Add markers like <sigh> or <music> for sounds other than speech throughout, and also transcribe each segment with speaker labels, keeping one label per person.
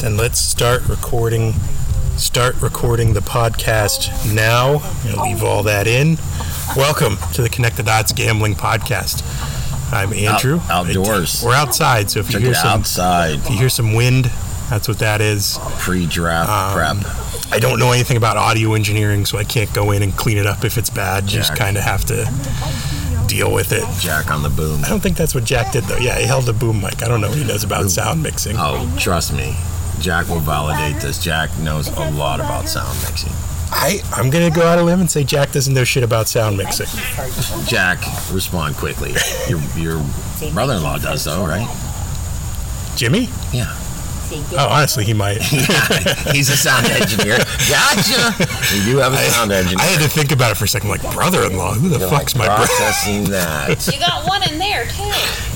Speaker 1: then let's start recording. Start recording the podcast now. And leave all that in. Welcome to the Connect the Dots Gambling Podcast. I'm Andrew.
Speaker 2: Out- outdoors.
Speaker 1: We're outside, so if you
Speaker 2: Check
Speaker 1: hear
Speaker 2: it
Speaker 1: some, <laughs>
Speaker 2: outside.
Speaker 1: if you hear some wind, that's what that is.
Speaker 2: Pre-draft prep.
Speaker 1: I don't know anything about audio engineering, so I can't go in and clean it up if it's bad. You just
Speaker 2: Jack.
Speaker 1: kind of have to deal with it.
Speaker 2: Jack on the boom.
Speaker 1: I don't think that's what Jack did, though. Yeah, he held a boom mic. I don't know what he knows about sound mixing.
Speaker 2: Oh, trust me. Jack will validate this. Jack knows a lot about sound mixing.
Speaker 1: I, I'm going to go out on a limb and say Jack doesn't know shit about sound mixing.
Speaker 2: Jack, respond quickly. Your, your brother-in-law does, though, right? <laughs>
Speaker 1: Jimmy?
Speaker 2: Yeah.
Speaker 1: Oh, honestly, he might.
Speaker 2: He's a sound engineer. Gotcha. We do have a sound engineer.
Speaker 1: I had to think about it for a second. Like, brother in law? Who the
Speaker 2: You're
Speaker 1: fuck's
Speaker 2: like
Speaker 1: my brother?
Speaker 2: processing that.
Speaker 3: You got one in there too.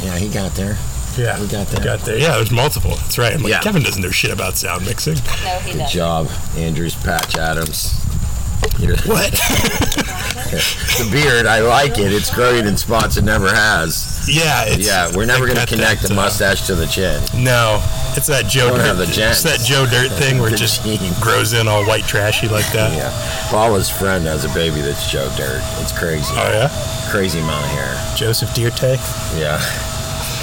Speaker 2: Yeah, he got there.
Speaker 1: Yeah.
Speaker 2: We got there.
Speaker 1: Got there. Yeah, there's multiple. That's right. I'm like,
Speaker 2: Yeah.
Speaker 1: Kevin doesn't know shit about sound mixing.
Speaker 2: <laughs>
Speaker 3: No, he
Speaker 2: Good
Speaker 3: doesn't.
Speaker 2: job, Andrews. Patch Adams. You're-
Speaker 1: What?
Speaker 2: the beard, I like it. It's growing in spots it never has.
Speaker 1: yeah. It's,
Speaker 2: Yeah, we're never
Speaker 1: I
Speaker 2: going to
Speaker 1: got
Speaker 2: connect
Speaker 1: that,
Speaker 2: the
Speaker 1: uh,
Speaker 2: mustache to
Speaker 1: <laughs>
Speaker 2: the chin.
Speaker 1: No, it's that Joe
Speaker 2: Don't
Speaker 1: Dirt.
Speaker 2: have the
Speaker 1: It's
Speaker 2: gents.
Speaker 1: that Joe Dirt thing where it
Speaker 2: The <laughs>
Speaker 1: just
Speaker 2: gene.
Speaker 1: grows in all white trashy like that.
Speaker 2: Yeah. Paula's friend has a baby that's Joe Dirt. It's crazy.
Speaker 1: Oh yeah,
Speaker 2: Crazy amount of hair.
Speaker 1: Joseph Dirte.
Speaker 2: Yeah.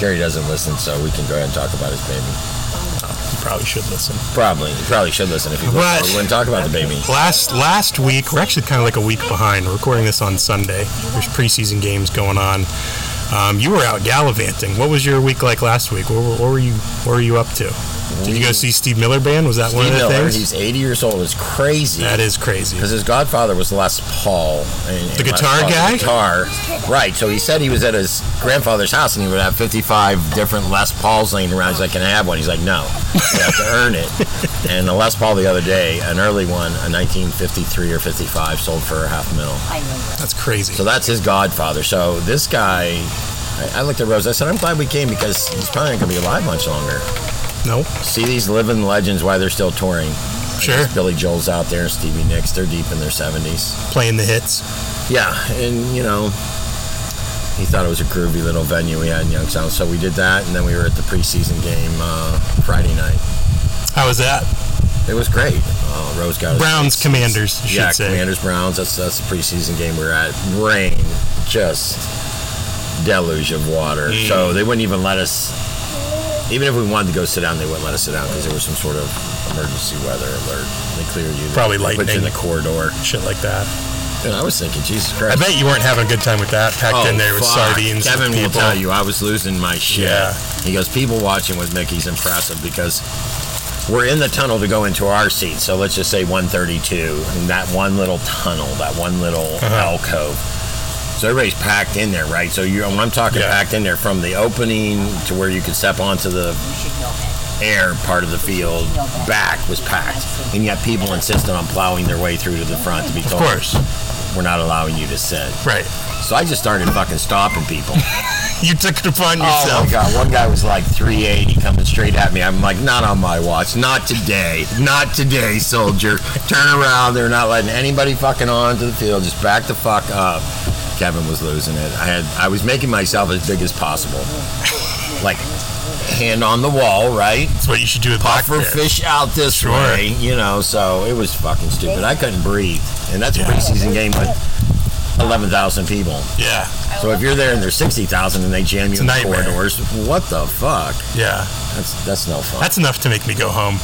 Speaker 2: <laughs> Gary doesn't listen, so we can go ahead and talk about his baby.
Speaker 1: You probably should listen.
Speaker 2: Probably. He probably should listen if he listened.
Speaker 1: Right.
Speaker 2: or We wouldn't talk about the baby.
Speaker 1: Last last week, we're actually kind of like a week behind. We're recording this on Sunday. There's preseason games going on. Um, you were out gallivanting. What was your week like last week? What, were- what were you What were you up to? Did you go see Steve Miller Band? Was that one
Speaker 2: Steve
Speaker 1: of the
Speaker 2: Miller,
Speaker 1: things?
Speaker 2: he's 80 years old, is crazy.
Speaker 1: That is crazy.
Speaker 2: Because his godfather was Les Paul. And,
Speaker 1: The
Speaker 2: and Les
Speaker 1: guitar
Speaker 2: Paul's a
Speaker 1: guy?
Speaker 2: guitar. Right. So he said he was at his grandfather's house and he would have 55 different Les Pauls laying around. He's like, Can I have one? He's like, No. You have to earn
Speaker 1: <laughs>
Speaker 2: it. And the Les Paul the other day, an early one, a 1953 or 55, sold for a half mil.
Speaker 1: That's crazy.
Speaker 2: So that's his godfather. So this guy. I I looked at Rose. I said, "I'm glad we came because he's probably not going to be alive much longer."
Speaker 1: No,
Speaker 2: See these living legends why they're still touring.
Speaker 1: sure.
Speaker 2: Billy Joel's out there, Stevie Nicks. They're deep in their 70s.
Speaker 1: Playing the hits.
Speaker 2: Yeah, and you know, he thought it was a groovy little venue we had in Youngstown, so we did that, and then we were at the preseason game uh, Friday night.
Speaker 1: How was that?
Speaker 2: It was great. Uh, Rose got us-
Speaker 1: Browns, Commanders, I should
Speaker 2: yeah,
Speaker 1: say.
Speaker 2: Commanders Browns. That's that's the preseason game we were at. Rain, just deluge of water.
Speaker 1: Mm.
Speaker 2: So they wouldn't even let us. Even if we wanted to go sit down, they wouldn't let us sit down because there was some sort of emergency weather alert. They cleared you. They
Speaker 1: Probably
Speaker 2: Put you
Speaker 1: lightning.
Speaker 2: in the corridor.
Speaker 1: Shit like that.
Speaker 2: And I was thinking, Jesus Christ.
Speaker 1: I bet you weren't having a good time with that. Packed in there with
Speaker 2: Oh, fuck.
Speaker 1: sardines. and
Speaker 2: Kevin will
Speaker 1: people.
Speaker 2: tell you I was losing my shit.
Speaker 1: Yeah.
Speaker 2: He goes, people watching with Mickey's impressive because we're in the tunnel to go into our seat. So let's just say 132, and that one little tunnel, that one little
Speaker 1: Uh-huh.
Speaker 2: alcove. So everybody's packed in there, right? So you, when I'm talking
Speaker 1: Yeah.
Speaker 2: packed in there, from the opening to where you could step onto the air part of the field, back was packed, and yet people insisted on plowing their way through to the front to be
Speaker 1: Of
Speaker 2: told,
Speaker 1: course.
Speaker 2: we're not allowing you to sit.
Speaker 1: Right.
Speaker 2: So I just started fucking stopping people.
Speaker 1: You took it upon
Speaker 2: Oh
Speaker 1: yourself.
Speaker 2: my god, one guy was like 380 coming straight at me. I'm like, not on my watch, not today, not today, soldier. Turn around, they're not letting anybody fucking on to the field. Just back the fuck up. Kevin was losing it. I had, I was making myself as big as possible, like hand on the wall, right?
Speaker 1: That's what you should do with black
Speaker 2: Puffer
Speaker 1: bear.
Speaker 2: fish out this
Speaker 1: Sure.
Speaker 2: way, you know. So it was fucking stupid. I couldn't breathe, and that's a
Speaker 1: Yeah.
Speaker 2: preseason game with 11,000 people.
Speaker 1: Yeah.
Speaker 2: So if you're there and there's sixty thousand and they jam you
Speaker 1: a
Speaker 2: in the
Speaker 1: nightmare.
Speaker 2: corridors, what the fuck?
Speaker 1: Yeah.
Speaker 2: That's that's no fun.
Speaker 1: That's enough to make me go home.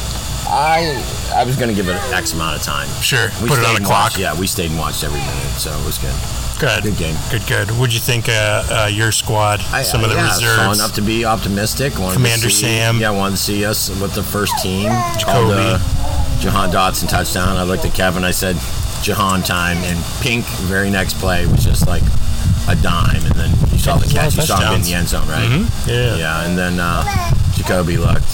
Speaker 2: I I was gonna give it X amount of time.
Speaker 1: Sure. Put it
Speaker 2: stayed
Speaker 1: on
Speaker 2: and
Speaker 1: a clock.
Speaker 2: watched- yeah, we stayed and watched every minute, so it was good.
Speaker 1: Good.
Speaker 2: Good game.
Speaker 1: Good, good. What'd you think uh, uh, your squad,
Speaker 2: I, uh,
Speaker 1: some of the
Speaker 2: yeah, Saw
Speaker 1: reserves?
Speaker 2: enough to be optimistic. Wanted to
Speaker 1: Commander
Speaker 2: see-
Speaker 1: Sam.
Speaker 2: Yeah, wanted to see us with the first team. Called, uh, Jahan Dotson touchdown. I looked at Kevin. I said, Jahan time. And Pink, very next play, was just like a dime. And then you saw the
Speaker 1: Pink's
Speaker 2: catch.
Speaker 1: all
Speaker 2: You saw him in
Speaker 1: touchdowns. Mm-hmm.
Speaker 2: the end zone, right?
Speaker 1: Yeah.
Speaker 2: Yeah, and then uh, Jacoby looked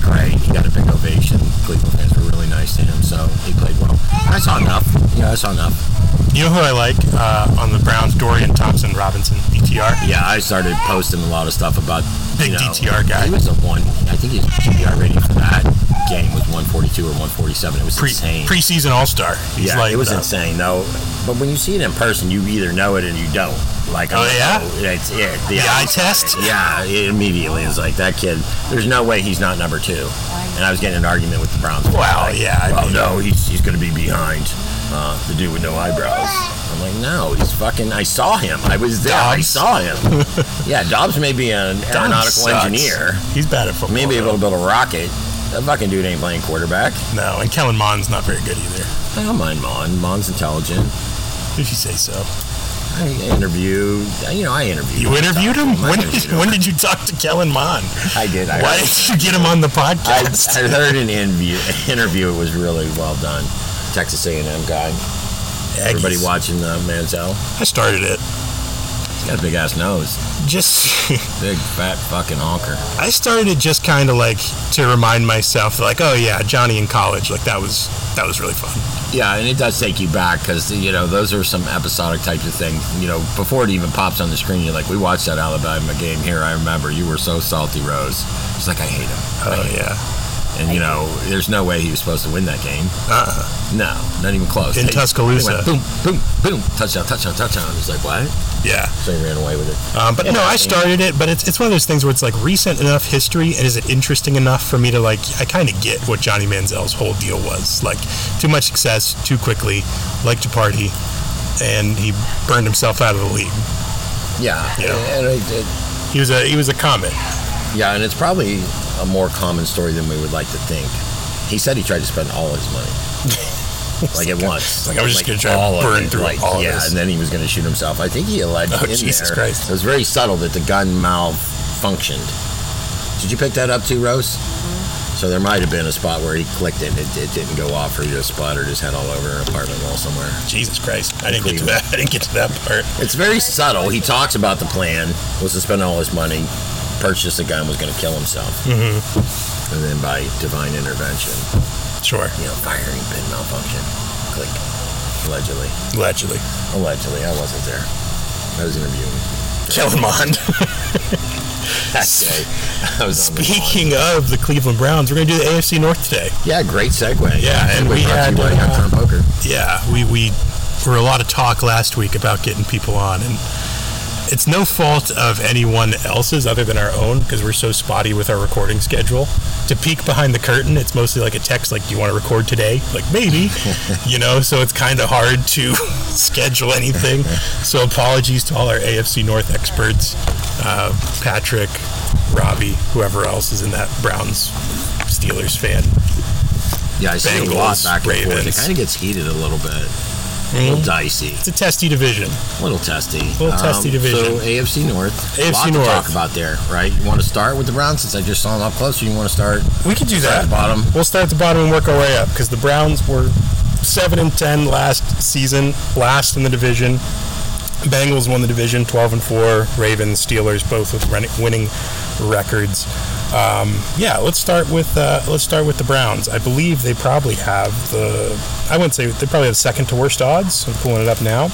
Speaker 2: great. He got a big ovation. Cleveland fans were really nice to him, so he played well. I saw enough. Yeah, I saw enough.
Speaker 1: You know who I like uh, on the Browns? Dorian E Thompson Robinson, DTR.
Speaker 2: Yeah, I started posting a lot of stuff about
Speaker 1: Big
Speaker 2: you know,
Speaker 1: DTR guy.
Speaker 2: He was a one. I think his GPR rating for that game was 143 142 or 147. It was
Speaker 1: Pre,
Speaker 2: insane.
Speaker 1: preseason All Star. He's
Speaker 2: yeah,
Speaker 1: like
Speaker 2: it was
Speaker 1: uh,
Speaker 2: insane though. But when you see it in person, you either know it or you don't. Like,
Speaker 1: Oh,
Speaker 2: I'm like,
Speaker 1: yeah?
Speaker 2: oh, that's it. The,
Speaker 1: eye test?
Speaker 2: Yeah, it immediately is like that kid. There's no way he's not number two. And I was getting in an argument with the Browns.
Speaker 1: Wow,
Speaker 2: Like,
Speaker 1: yeah, I
Speaker 2: oh
Speaker 1: mean-
Speaker 2: no, he's, he's going to be behind uh, the dude with no eyebrows. I'm like, no, he's fucking. I saw him. I was there. I
Speaker 1: Dobbs.
Speaker 2: saw him.
Speaker 1: <laughs>
Speaker 2: yeah, Dobbs may be an
Speaker 1: Don
Speaker 2: aeronautical
Speaker 1: sucks.
Speaker 2: engineer,
Speaker 1: He's bad at football.
Speaker 2: maybe
Speaker 1: though.
Speaker 2: able to build a rocket. That fucking dude ain't playing quarterback.
Speaker 1: No, and Kellen Mond's not very good either,
Speaker 2: I don't mind Mon. Mon's intelligent.
Speaker 1: if you say so.
Speaker 2: I interviewed. You know, I interviewed.
Speaker 1: You interviewed him?
Speaker 2: I
Speaker 1: When
Speaker 2: interviewed
Speaker 1: did, when did you talk to Kellen Mond?
Speaker 2: I did. I
Speaker 1: Why
Speaker 2: heard,
Speaker 1: did you get him on the
Speaker 2: I,
Speaker 1: podcast?
Speaker 2: I heard an interview. <laughs> Interview. It was really well done. Texas A&M guy. Everybody
Speaker 1: Aggies.
Speaker 2: watching the Manziel.
Speaker 1: I started it.
Speaker 2: He's got a big ass nose.
Speaker 1: Just
Speaker 2: Big fat fucking honker.
Speaker 1: I started it just kind of like to remind myself, like, oh yeah, Johnny in college, like that was that was really fun.
Speaker 2: Yeah, and it does take you back because you know those are some episodic types of things. You know, before it even pops on the screen, you're like, "We watched that Alabama game here. I remember you were so salty, Rose." It's like I hate him,
Speaker 1: Oh yeah,
Speaker 2: and you know, there's no way he was supposed to win that game.
Speaker 1: uh,
Speaker 2: No, not even close.
Speaker 1: In
Speaker 2: They-
Speaker 1: Tuscaloosa.
Speaker 2: they went boom, boom, boom, touchdown, touchdown, touchdown. It was like, what?
Speaker 1: yeah.
Speaker 2: So he ran away with it.
Speaker 1: Um, but
Speaker 2: Yeah,
Speaker 1: no,
Speaker 2: I
Speaker 1: I
Speaker 2: mean-
Speaker 1: started it, but it's it's one of those things where it's like recent enough history, and is it interesting enough for me to like? I kind of get what Johnny Manziel's whole deal was like: too much success, too quickly, liked to party, and he burned himself out of the league.
Speaker 2: Yeah.
Speaker 1: Yeah.
Speaker 2: And it, it,
Speaker 1: He was a he was a comet.
Speaker 2: yeah, and it's probably a more common story than we would like to think. He said he tried to spend all his money. <laughs> like at once.
Speaker 1: like, I was just gonna try to
Speaker 2: all of
Speaker 1: burn
Speaker 2: it,
Speaker 1: through
Speaker 2: like,
Speaker 1: all of
Speaker 2: yeah,
Speaker 1: this.
Speaker 2: and then he was going to shoot himself. I think he alleged
Speaker 1: Oh,
Speaker 2: in
Speaker 1: Jesus
Speaker 2: there-
Speaker 1: Christ.
Speaker 2: It was very subtle that the gun malfunctioned. Did you pick that up too, Rose? So there might have been a spot where he clicked it and it, it didn't go off, or he just splattered his head all over an apartment wall somewhere.
Speaker 1: Jesus Christ, I didn't get to that. I didn't get to that part.
Speaker 2: It's very subtle. He talks about the plan was to spend all his money, purchase a gun, was going to kill himself,
Speaker 1: Mm-hmm.
Speaker 2: and then by divine intervention,
Speaker 1: Sure,
Speaker 2: you know, firing pin malfunction, click, allegedly,
Speaker 1: allegedly,
Speaker 2: allegedly. I wasn't there. I was interviewing. <laughs>
Speaker 1: <laughs> Kellen Mond. <laughs>
Speaker 2: That day. I was on the
Speaker 1: Speaking of the Cleveland Browns, we're going to do the AFC North today.
Speaker 2: lawn. Yeah, great segue.
Speaker 1: Yeah, and
Speaker 2: Segue
Speaker 1: we
Speaker 2: brought to
Speaker 1: had,
Speaker 2: you by
Speaker 1: uh,
Speaker 2: Uptown Poker.
Speaker 1: Yeah, we we there were a lot of talk last week about getting people on, and it's no fault of anyone else's other than our own because we're so spotty with our recording schedule. To peek behind the curtain, it's mostly like a text, like, "Do you want to record today?" Like, <laughs> maybe, you know. So it's kind of hard to <laughs> schedule anything. So apologies to all our AFC North experts, uh, Patrick, Robbie, whoever else is in that Browns Steelers fan.
Speaker 2: Yeah, I see a lot
Speaker 1: Bengals,
Speaker 2: back and forth. It
Speaker 1: Ravens.
Speaker 2: kind of gets heated a little bit, a little
Speaker 1: Mm-hmm.
Speaker 2: dicey,
Speaker 1: It's a testy division.
Speaker 2: a little testy, Um,
Speaker 1: Little testy
Speaker 2: So
Speaker 1: division.
Speaker 2: AFC North,
Speaker 1: AFC
Speaker 2: lot to
Speaker 1: North.
Speaker 2: talk about there, right? You want to start with the Browns since I just saw them up close, or you want to start
Speaker 1: We could do
Speaker 2: at
Speaker 1: that.
Speaker 2: the bottom?
Speaker 1: We'll start at the bottom and work our way up because the Browns were seven and ten last season, last in the division. Bengals won the division, twelve and four. Ravens, Steelers, both with ren- winning records. Um, yeah, let's start with uh, let's start with the Browns. I believe they probably have the I wouldn't say they probably have second to worst odds. I'm pulling it up now.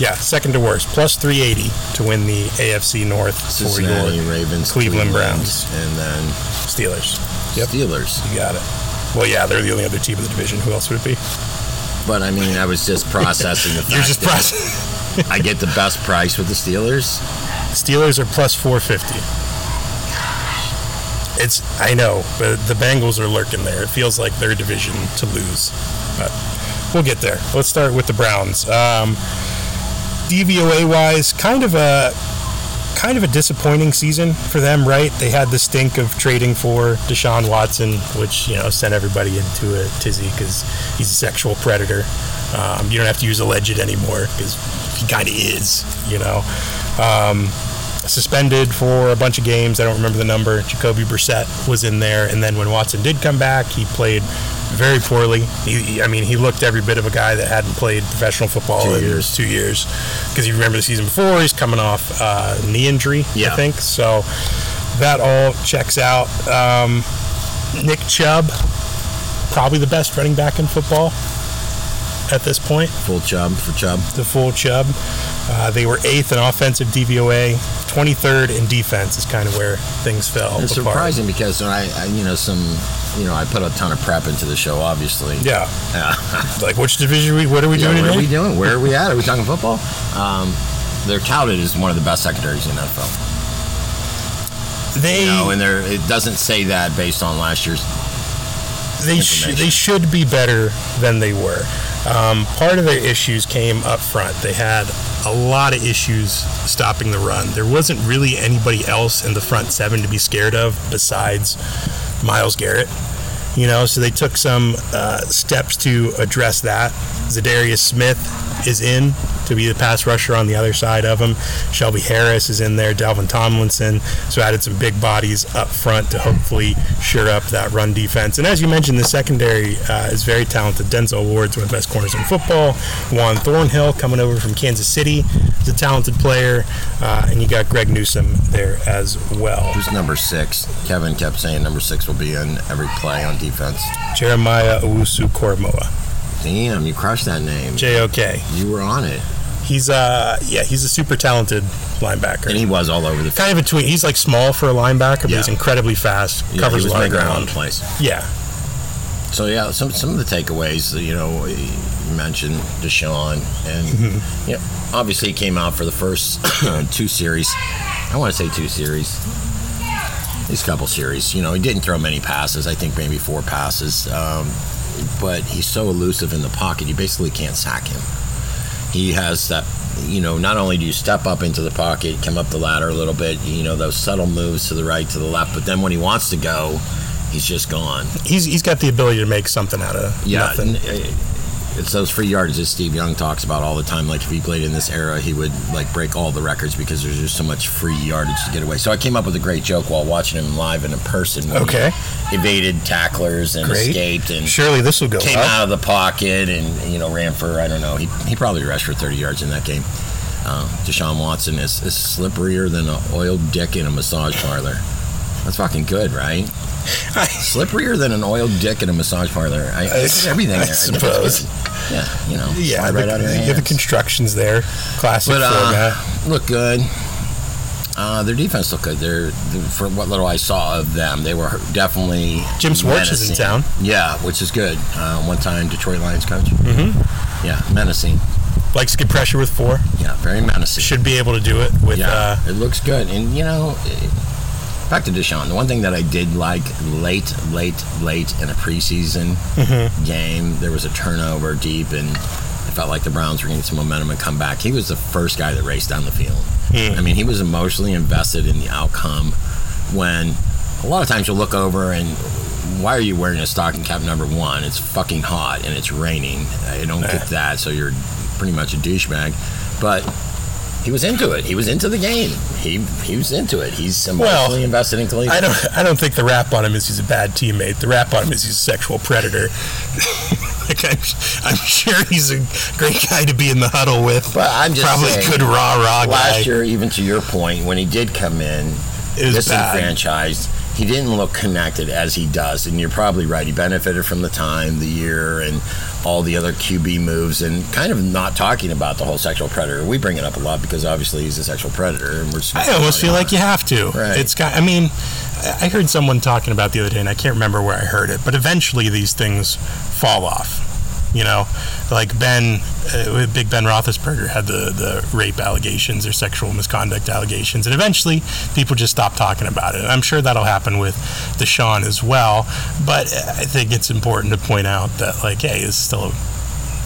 Speaker 1: Yeah, second to worst, plus 380 to win the AFC North for
Speaker 2: Cincinnati
Speaker 1: your
Speaker 2: Ravens,
Speaker 1: Cleveland Browns.
Speaker 2: and then
Speaker 1: Steelers. Yep.
Speaker 2: Steelers.
Speaker 1: You got it. Well, yeah, they're the only other team in the division. Who else would it be?
Speaker 2: But I mean, I was just processing the
Speaker 1: <laughs>
Speaker 2: fact
Speaker 1: You're just
Speaker 2: that
Speaker 1: press.
Speaker 2: I get the best price with the Steelers.
Speaker 1: Steelers are plus 450. It's I know, but the Bengals are lurking there. It feels like their division to lose, but we'll get there. Let's start with the Browns. Um, DVOA wise, kind of a kind of a disappointing season for them, right? They had the stink of trading for Deshaun Watson, which you know sent everybody into a tizzy because he's a sexual predator. Um, you don't have to use alleged anymore because he kind of is, you know. Um, suspended for a bunch of games. I don't remember the number. Jacoby Brissett was in there, and then when Watson did come back, he played very poorly. He, he- I mean, he looked every bit of a guy that hadn't played professional football
Speaker 2: Two
Speaker 1: in
Speaker 2: years.
Speaker 1: two years. Because you remember the season before, he's coming off uh, knee injury,
Speaker 2: Yeah.
Speaker 1: I think. So that all checks out. Um, Nick Chubb, probably the best running back in football at this point
Speaker 2: Full Chubb for Chubb.
Speaker 1: the full Chubb. Uh, they were eighth in offensive DVOA, 23rd in defense is kind of where things fell
Speaker 2: It's
Speaker 1: apart.
Speaker 2: surprising because I, I, you know, some, you know, I put a ton of prep into the show, obviously. <laughs>
Speaker 1: Yeah,
Speaker 2: Uh,
Speaker 1: like which division? We, what are we
Speaker 2: yeah,
Speaker 1: doing
Speaker 2: what are we
Speaker 1: today?
Speaker 2: doing? Where are we at? Are we talking football? Um, they're touted as one of the best secondaries in the NFL.
Speaker 1: They
Speaker 2: You know, and they're, it doesn't say that based on last year's.
Speaker 1: they sh-
Speaker 2: information.
Speaker 1: they should be better than they were. Um, part of their issues came up front. They had a lot of issues stopping the run. There wasn't really anybody else in the front seven to be scared of besides Miles Garrett. You know, so they took some uh, steps to address that. Zadarius Smith is in to be the pass rusher on the other side of him. Shelby Harris is in there. Dalvin Tomlinson. So added some big bodies up front to hopefully sure up that run defense. And as you mentioned, the secondary uh, is very talented. Denzel Ward's one of the best corners in football. Juan Thornhill coming over from Kansas City is a talented player. Uh, and you got Greg Newsom there as well.
Speaker 2: Who's number six? Kevin kept saying number six will be in every play on defense.
Speaker 1: Jeremiah Owusu Koromoa.
Speaker 2: Damn, you crushed that name.
Speaker 1: JOK.
Speaker 2: You were on it.
Speaker 1: He's uh yeah, he's a super talented linebacker.
Speaker 2: And he was all over the field.
Speaker 1: kind of a tween. He's like small for a linebacker, but
Speaker 2: Yeah.
Speaker 1: he's incredibly fast.
Speaker 2: Yeah,
Speaker 1: covers
Speaker 2: he
Speaker 1: a
Speaker 2: was
Speaker 1: lot of
Speaker 2: making a lot of
Speaker 1: ground.
Speaker 2: plays.
Speaker 1: Yeah,
Speaker 2: So yeah, some some of the takeaways, you know, you mentioned Deshaun, and you know, obviously he came out for the first <coughs> two series. I want to say two series, these couple series. You know, he didn't throw many passes. I think maybe four passes, um, but he's so elusive in the pocket, you basically can't sack him. He has that. You know, not only do you step up into the pocket, come up the ladder a little bit, you know, those subtle moves to the right, to the left, but then when he wants to go, he's just gone.
Speaker 1: he's he's got the ability to make something out of
Speaker 2: Yeah,
Speaker 1: nothing.
Speaker 2: n- eh, it's those free yards that Steve Young talks about all the time. Like if he played in this era, he would like break all the records because there's just so much free yardage to get away. So I came up with a great joke while watching him live and in person. when he
Speaker 1: Okay.
Speaker 2: evaded tacklers and
Speaker 1: Great.
Speaker 2: escaped and
Speaker 1: Surely this will go
Speaker 2: came
Speaker 1: up.
Speaker 2: out of the pocket and you know ran for I don't know. He, he probably rushed for 30 yards in that game. Uh, Deshaun Watson is, is slipperier than an oiled dick in a massage parlor. That's fucking good, right? slipperier than an oiled dick in a massage parlor. I, I did
Speaker 1: <laughs>
Speaker 2: everything
Speaker 1: I
Speaker 2: there. I did everything.
Speaker 1: suppose.
Speaker 2: Yeah, you know.
Speaker 1: <laughs> Yeah,
Speaker 2: slide
Speaker 1: the,
Speaker 2: right out of your
Speaker 1: yeah, the
Speaker 2: hands.
Speaker 1: construction's there. Classic
Speaker 2: But,
Speaker 1: for
Speaker 2: uh,
Speaker 1: a guy.
Speaker 2: Look good. Uh, their defense looked good. They're, they for what little I saw of them, they were definitely.
Speaker 1: Jim Schwartz is in
Speaker 2: menacing.
Speaker 1: town.
Speaker 2: Yeah, which is good. Uh, one time Detroit Lions coach. Mm-hmm. Yeah, menacing.
Speaker 1: Likes to get pressure with four.
Speaker 2: Yeah, very menacing.
Speaker 1: Should be able to do it with. Uh,
Speaker 2: it looks good. And you know, eh, back to Deshaun. The one thing that I did like late, late, late in a preseason
Speaker 1: Mm-hmm.
Speaker 2: game, there was a turnover deep, and I felt like the Browns were getting some momentum and come back. He was the first guy that raced down the field. I mean, he was emotionally invested in the outcome. When a lot of times you'll look over and. Why are you wearing a stocking cap number one? It's fucking hot and it's raining. I don't get that. So you're pretty much a douchebag. But he was into it. He was into the game. He he was into it. He's emotionally
Speaker 1: Well,
Speaker 2: invested in Cleveland.
Speaker 1: I don't. I don't think the rap on him is he's a bad teammate. The rap on him is he's a sexual predator. <laughs> like I'm, I'm sure he's a great guy to be in the huddle with.
Speaker 2: But I'm just
Speaker 1: probably
Speaker 2: saying,
Speaker 1: a good rah rah guy.
Speaker 2: last year, even to your point, when he did come in,
Speaker 1: It was bad.
Speaker 2: disenfranchised, he didn't look connected as he does. And you're probably right. He benefited from the time, the year, and all the other QB moves, and kind of not talking about the whole sexual predator. We bring it up a lot because obviously he's a sexual predator, and we're. Just
Speaker 1: I almost feel like you have to.
Speaker 2: Right.
Speaker 1: It's got. I mean, I I heard someone talking about the other day, and I can't remember where I heard it, but eventually these things fall off. You know, like Ben, uh, Big Ben Roethlisberger had the, the rape allegations or sexual misconduct allegations, and eventually people just stop talking about it. And I'm sure that'll happen with Deshaun as well. But I think it's important to point out that, like, hey, it's still. A,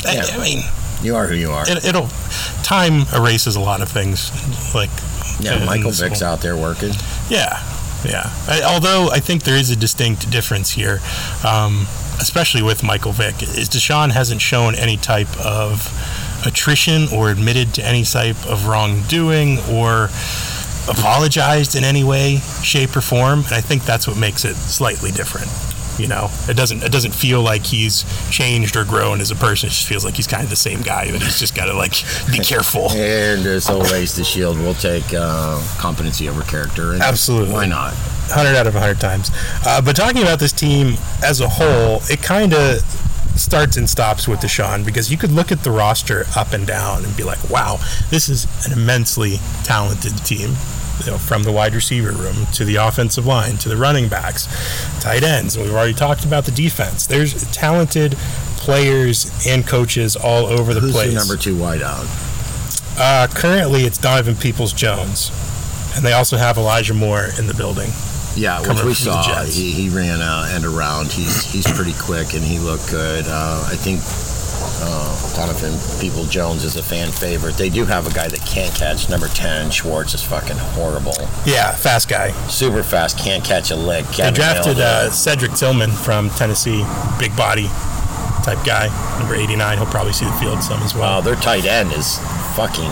Speaker 1: I-
Speaker 2: Yeah.
Speaker 1: I mean,
Speaker 2: you are who you are.
Speaker 1: it, it'll time erases a lot of things, like
Speaker 2: Yeah,
Speaker 1: in
Speaker 2: Michael
Speaker 1: this
Speaker 2: Vick's out there working.
Speaker 1: yeah, yeah. I, although I think there is a distinct difference here, um, especially with Michael Vick, is Deshaun hasn't shown any type of attrition or admitted to any type of wrongdoing or apologized in any way, shape, or form. And I think that's what makes it slightly different. You know, it doesn't it doesn't feel like he's changed or grown as a person. It just feels like he's kind of the same guy, but he's just got to like be careful.
Speaker 2: And as always, the shield will take uh, competency over character. And
Speaker 1: Absolutely.
Speaker 2: Why not?
Speaker 1: 100 out of 100 times. Uh, but talking about this team as a whole, it kind of starts and stops with Deshaun because you could look at the roster up and down and be like, wow, this is an immensely talented team. you know, from the wide receiver room to the offensive line to the running backs, tight ends. We've already talked about the defense. There's talented players and coaches all over the
Speaker 2: Who's
Speaker 1: place.
Speaker 2: your number two wideout?
Speaker 1: Uh, currently, it's Donovan Peoples Jones, and they also have Elijah Moore in the building.
Speaker 2: Yeah, which
Speaker 1: Coming
Speaker 2: we
Speaker 1: from the
Speaker 2: saw.
Speaker 1: Jets.
Speaker 2: He, he ran out and around. He's he's pretty quick and he looked good. Uh, I think uh, Donovan People Jones is a fan favorite. They do have a guy that can't catch. Number ten Schwartz is fucking horrible.
Speaker 1: Yeah, fast guy.
Speaker 2: Super fast, can't catch a lick.
Speaker 1: They
Speaker 2: Kevin
Speaker 1: drafted
Speaker 2: Elder.
Speaker 1: uh, Cedric Tillman from Tennessee, big body type guy, number 89. He'll probably see the field some as well.
Speaker 2: Wow, their tight end is fucking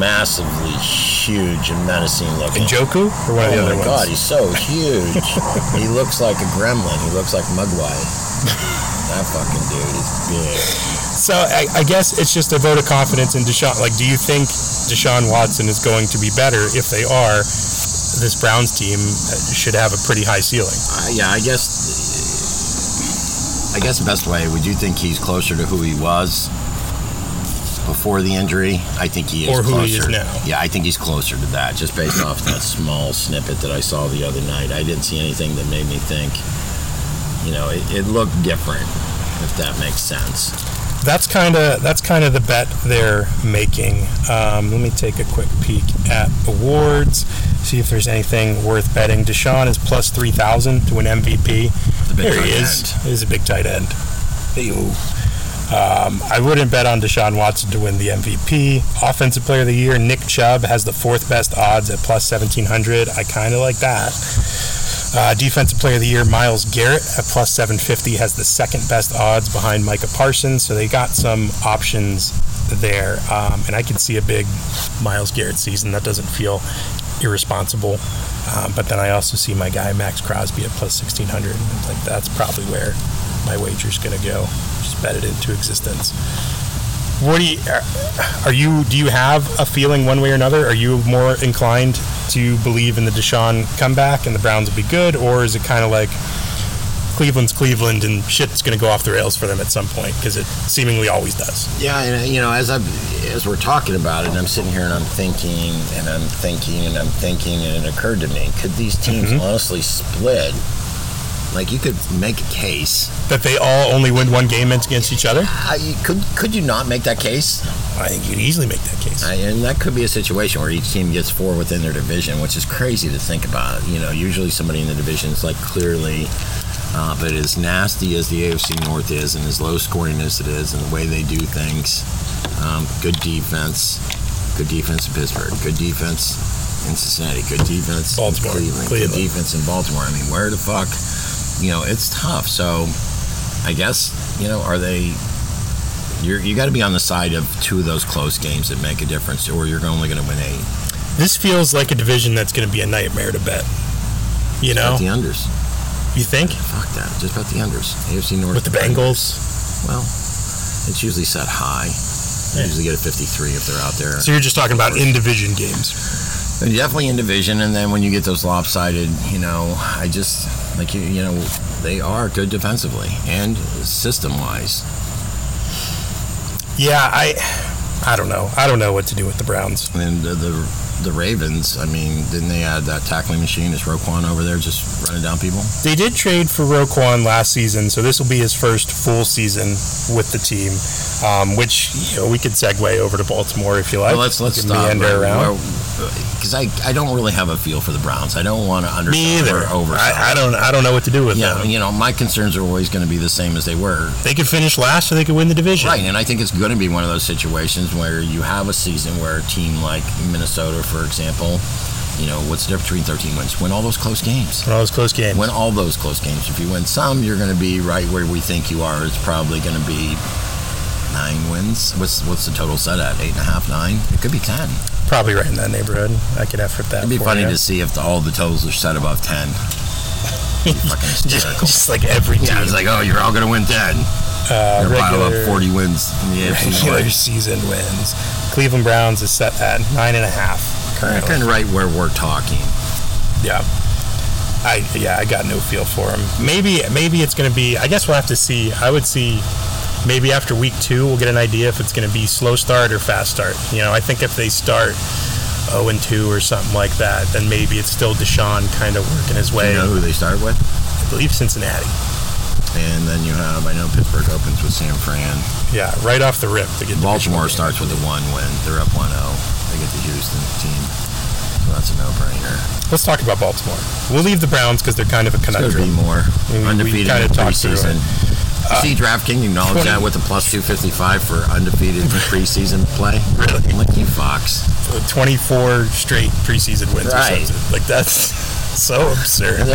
Speaker 2: massively huge and menacing
Speaker 1: And
Speaker 2: looking.
Speaker 1: Joku or one of the
Speaker 2: oh
Speaker 1: other ones.
Speaker 2: my god, he's so huge. he looks like a gremlin. He looks like
Speaker 1: <laughs>
Speaker 2: Mugwai. that fucking dude is big.
Speaker 1: So I, I guess it's just a vote of confidence in Deshaun. Like, do you think Deshaun Watson is going to be better? If they are, this Browns team uh, should have a pretty high ceiling.
Speaker 2: Uh, yeah, I guess. I guess the best way. Would you think he's closer to who he was before the injury? I think he is
Speaker 1: Or who
Speaker 2: closer.
Speaker 1: he is now.
Speaker 2: Yeah, I think he's closer to that, just based off that small snippet that I saw the other night. I didn't see anything that made me think. You know, it, it looked different, if that makes sense.
Speaker 1: That's kind of that's kind of the bet they're making. Um, let me take a quick peek at awards, see if there's anything worth betting. Deshaun is plus three thousand to win MVP.
Speaker 2: The big
Speaker 1: There he
Speaker 2: tight
Speaker 1: is. He is a big tight end.
Speaker 2: end.
Speaker 1: Um, I wouldn't bet on Deshaun Watson to win the MVP. Offensive Player of the Year, Nick Chubb has the fourth best odds at plus 1700. I kind of like that. Uh, Defensive Player of the Year, Miles Garrett at plus 750 has the second best odds behind Micah Parsons. So they got some options there. Um, and I can see a big Miles Garrett season. That doesn't feel irresponsible. Um, but then I also see my guy, Max Crosby, at plus 1600. It's Like, that's probably where my wager's going to go just bet it into existence. What do you uh, are you do you have a feeling one way or another? Are you more inclined to believe in the Deshaun comeback and the Browns will be good, or is it kind of like Cleveland's Cleveland and shit's going to go off the rails for them at some point because it seemingly always does.
Speaker 2: Yeah, and, uh, you know, as I as we're talking about it, and I'm sitting here and I'm thinking and I'm thinking and I'm thinking, and it occurred to me: could these teams honestly split? Like, you could make a case.
Speaker 1: That they all only win one game against each other.
Speaker 2: I, you- could could you not make that case?
Speaker 1: I think you could easily make that case.
Speaker 2: I, and that could be a situation where each team gets four within their division, which is crazy to think about. You know, usually somebody in the division is like clearly. Uh, but as nasty as the AFC North is, and as low scoring as it is, and the way they do things, um, good defense, good defense in Pittsburgh, good defense in Cincinnati, good defense
Speaker 1: Baltimore,
Speaker 2: in Cleveland,
Speaker 1: Cleveland.
Speaker 2: good defense in Baltimore. I mean, where the fuck? You know, it's tough. So, I guess you know, are they? You're, you got to be on the side of two of those close games that make a difference, or you're only going to win eight.
Speaker 1: This feels like a division that's going to be a nightmare to bet. You know,
Speaker 2: Bet the unders.
Speaker 1: you think
Speaker 2: Fuck that. Just bet the unders. AFC North.
Speaker 1: with the Bengals,
Speaker 2: Well, it's usually set high. They
Speaker 1: Yeah.
Speaker 2: usually get a 53 if they're out there.
Speaker 1: so you're just talking about in division games.
Speaker 2: And definitely in division, and then when you get those lopsided, you know, I just like you, you know, they are good defensively and system wise.
Speaker 1: Yeah, I I don't know. I don't know what to do with the Browns.
Speaker 2: And the, the the Ravens, I mean, didn't they add that tackling machine? Is Roquan over there just running down people?
Speaker 1: They did trade for Roquan last season, so this will be his first full season with the team. Um, which you know, we could segue over to Baltimore if you like.
Speaker 2: Well, let's let's
Speaker 1: Can
Speaker 2: stop
Speaker 1: meander around.
Speaker 2: because I, I don't really have a feel for the Browns. I don't want to under
Speaker 1: Me either.
Speaker 2: or over.
Speaker 1: I, I don't. I don't know what to do with
Speaker 2: yeah,
Speaker 1: them.
Speaker 2: you know, my concerns are always going to be the same as they were.
Speaker 1: They could finish last, or they could win the division.
Speaker 2: Right, and I think it's going to be one of those situations where you have a season where a team like Minnesota, for example, you know, what's the difference between 13 wins? Win all those close games.
Speaker 1: When all those close games.
Speaker 2: Win all those close games. If you win some, you're going to be right where we think you are. It's probably going to be nine wins. What's what's the total set at? Eight and a half, nine? It could be ten.
Speaker 1: Probably right in that neighborhood. I could effort that.
Speaker 2: It'd be
Speaker 1: for
Speaker 2: funny
Speaker 1: you.
Speaker 2: to see if the, all the totals are set
Speaker 1: <laughs>
Speaker 2: above ten. It'd be fucking
Speaker 1: just,
Speaker 2: hysterical.
Speaker 1: just like every team.
Speaker 2: Yeah, it's like, oh, you're all going to win 10.
Speaker 1: uh,
Speaker 2: You're gonna pile
Speaker 1: regular
Speaker 2: up 40 wins in the AFC
Speaker 1: regular
Speaker 2: North.
Speaker 1: season wins. Cleveland Browns is set at nine and a half currently.
Speaker 2: Kind of right where we're talking.
Speaker 1: Yeah. I yeah, I got no feel for him. Maybe maybe it's gonna be. I guess we'll have to see. I would see. Maybe after week two, we'll get an idea if it's gonna be slow start or fast start. You know, I think if they start zero and two or something like that, then maybe it's still Deshaun kind of working his
Speaker 2: Do
Speaker 1: way.
Speaker 2: you know who they start with?
Speaker 1: I believe Cincinnati.
Speaker 2: And then you have, I know Pittsburgh opens with San Fran.
Speaker 1: Yeah, right off the rip to get the
Speaker 2: Baltimore starts with a one win. They're up 1 0. They get the Houston team. So that's a no brainer.
Speaker 1: Let's talk about Baltimore. We'll leave the Browns because they're kind of a
Speaker 2: Could
Speaker 1: conundrum.
Speaker 2: be more.
Speaker 1: We- we
Speaker 2: Undefeated
Speaker 1: kinda
Speaker 2: in
Speaker 1: talked through Uh,
Speaker 2: preseason. See DraftKings acknowledge
Speaker 1: 20
Speaker 2: that with a plus 255 for
Speaker 1: <laughs>
Speaker 2: undefeated in preseason play.
Speaker 1: Really?
Speaker 2: I'm like, you fox.
Speaker 1: 24 straight preseason wins or
Speaker 2: Right.
Speaker 1: something. Like, that's <laughs> so absurd.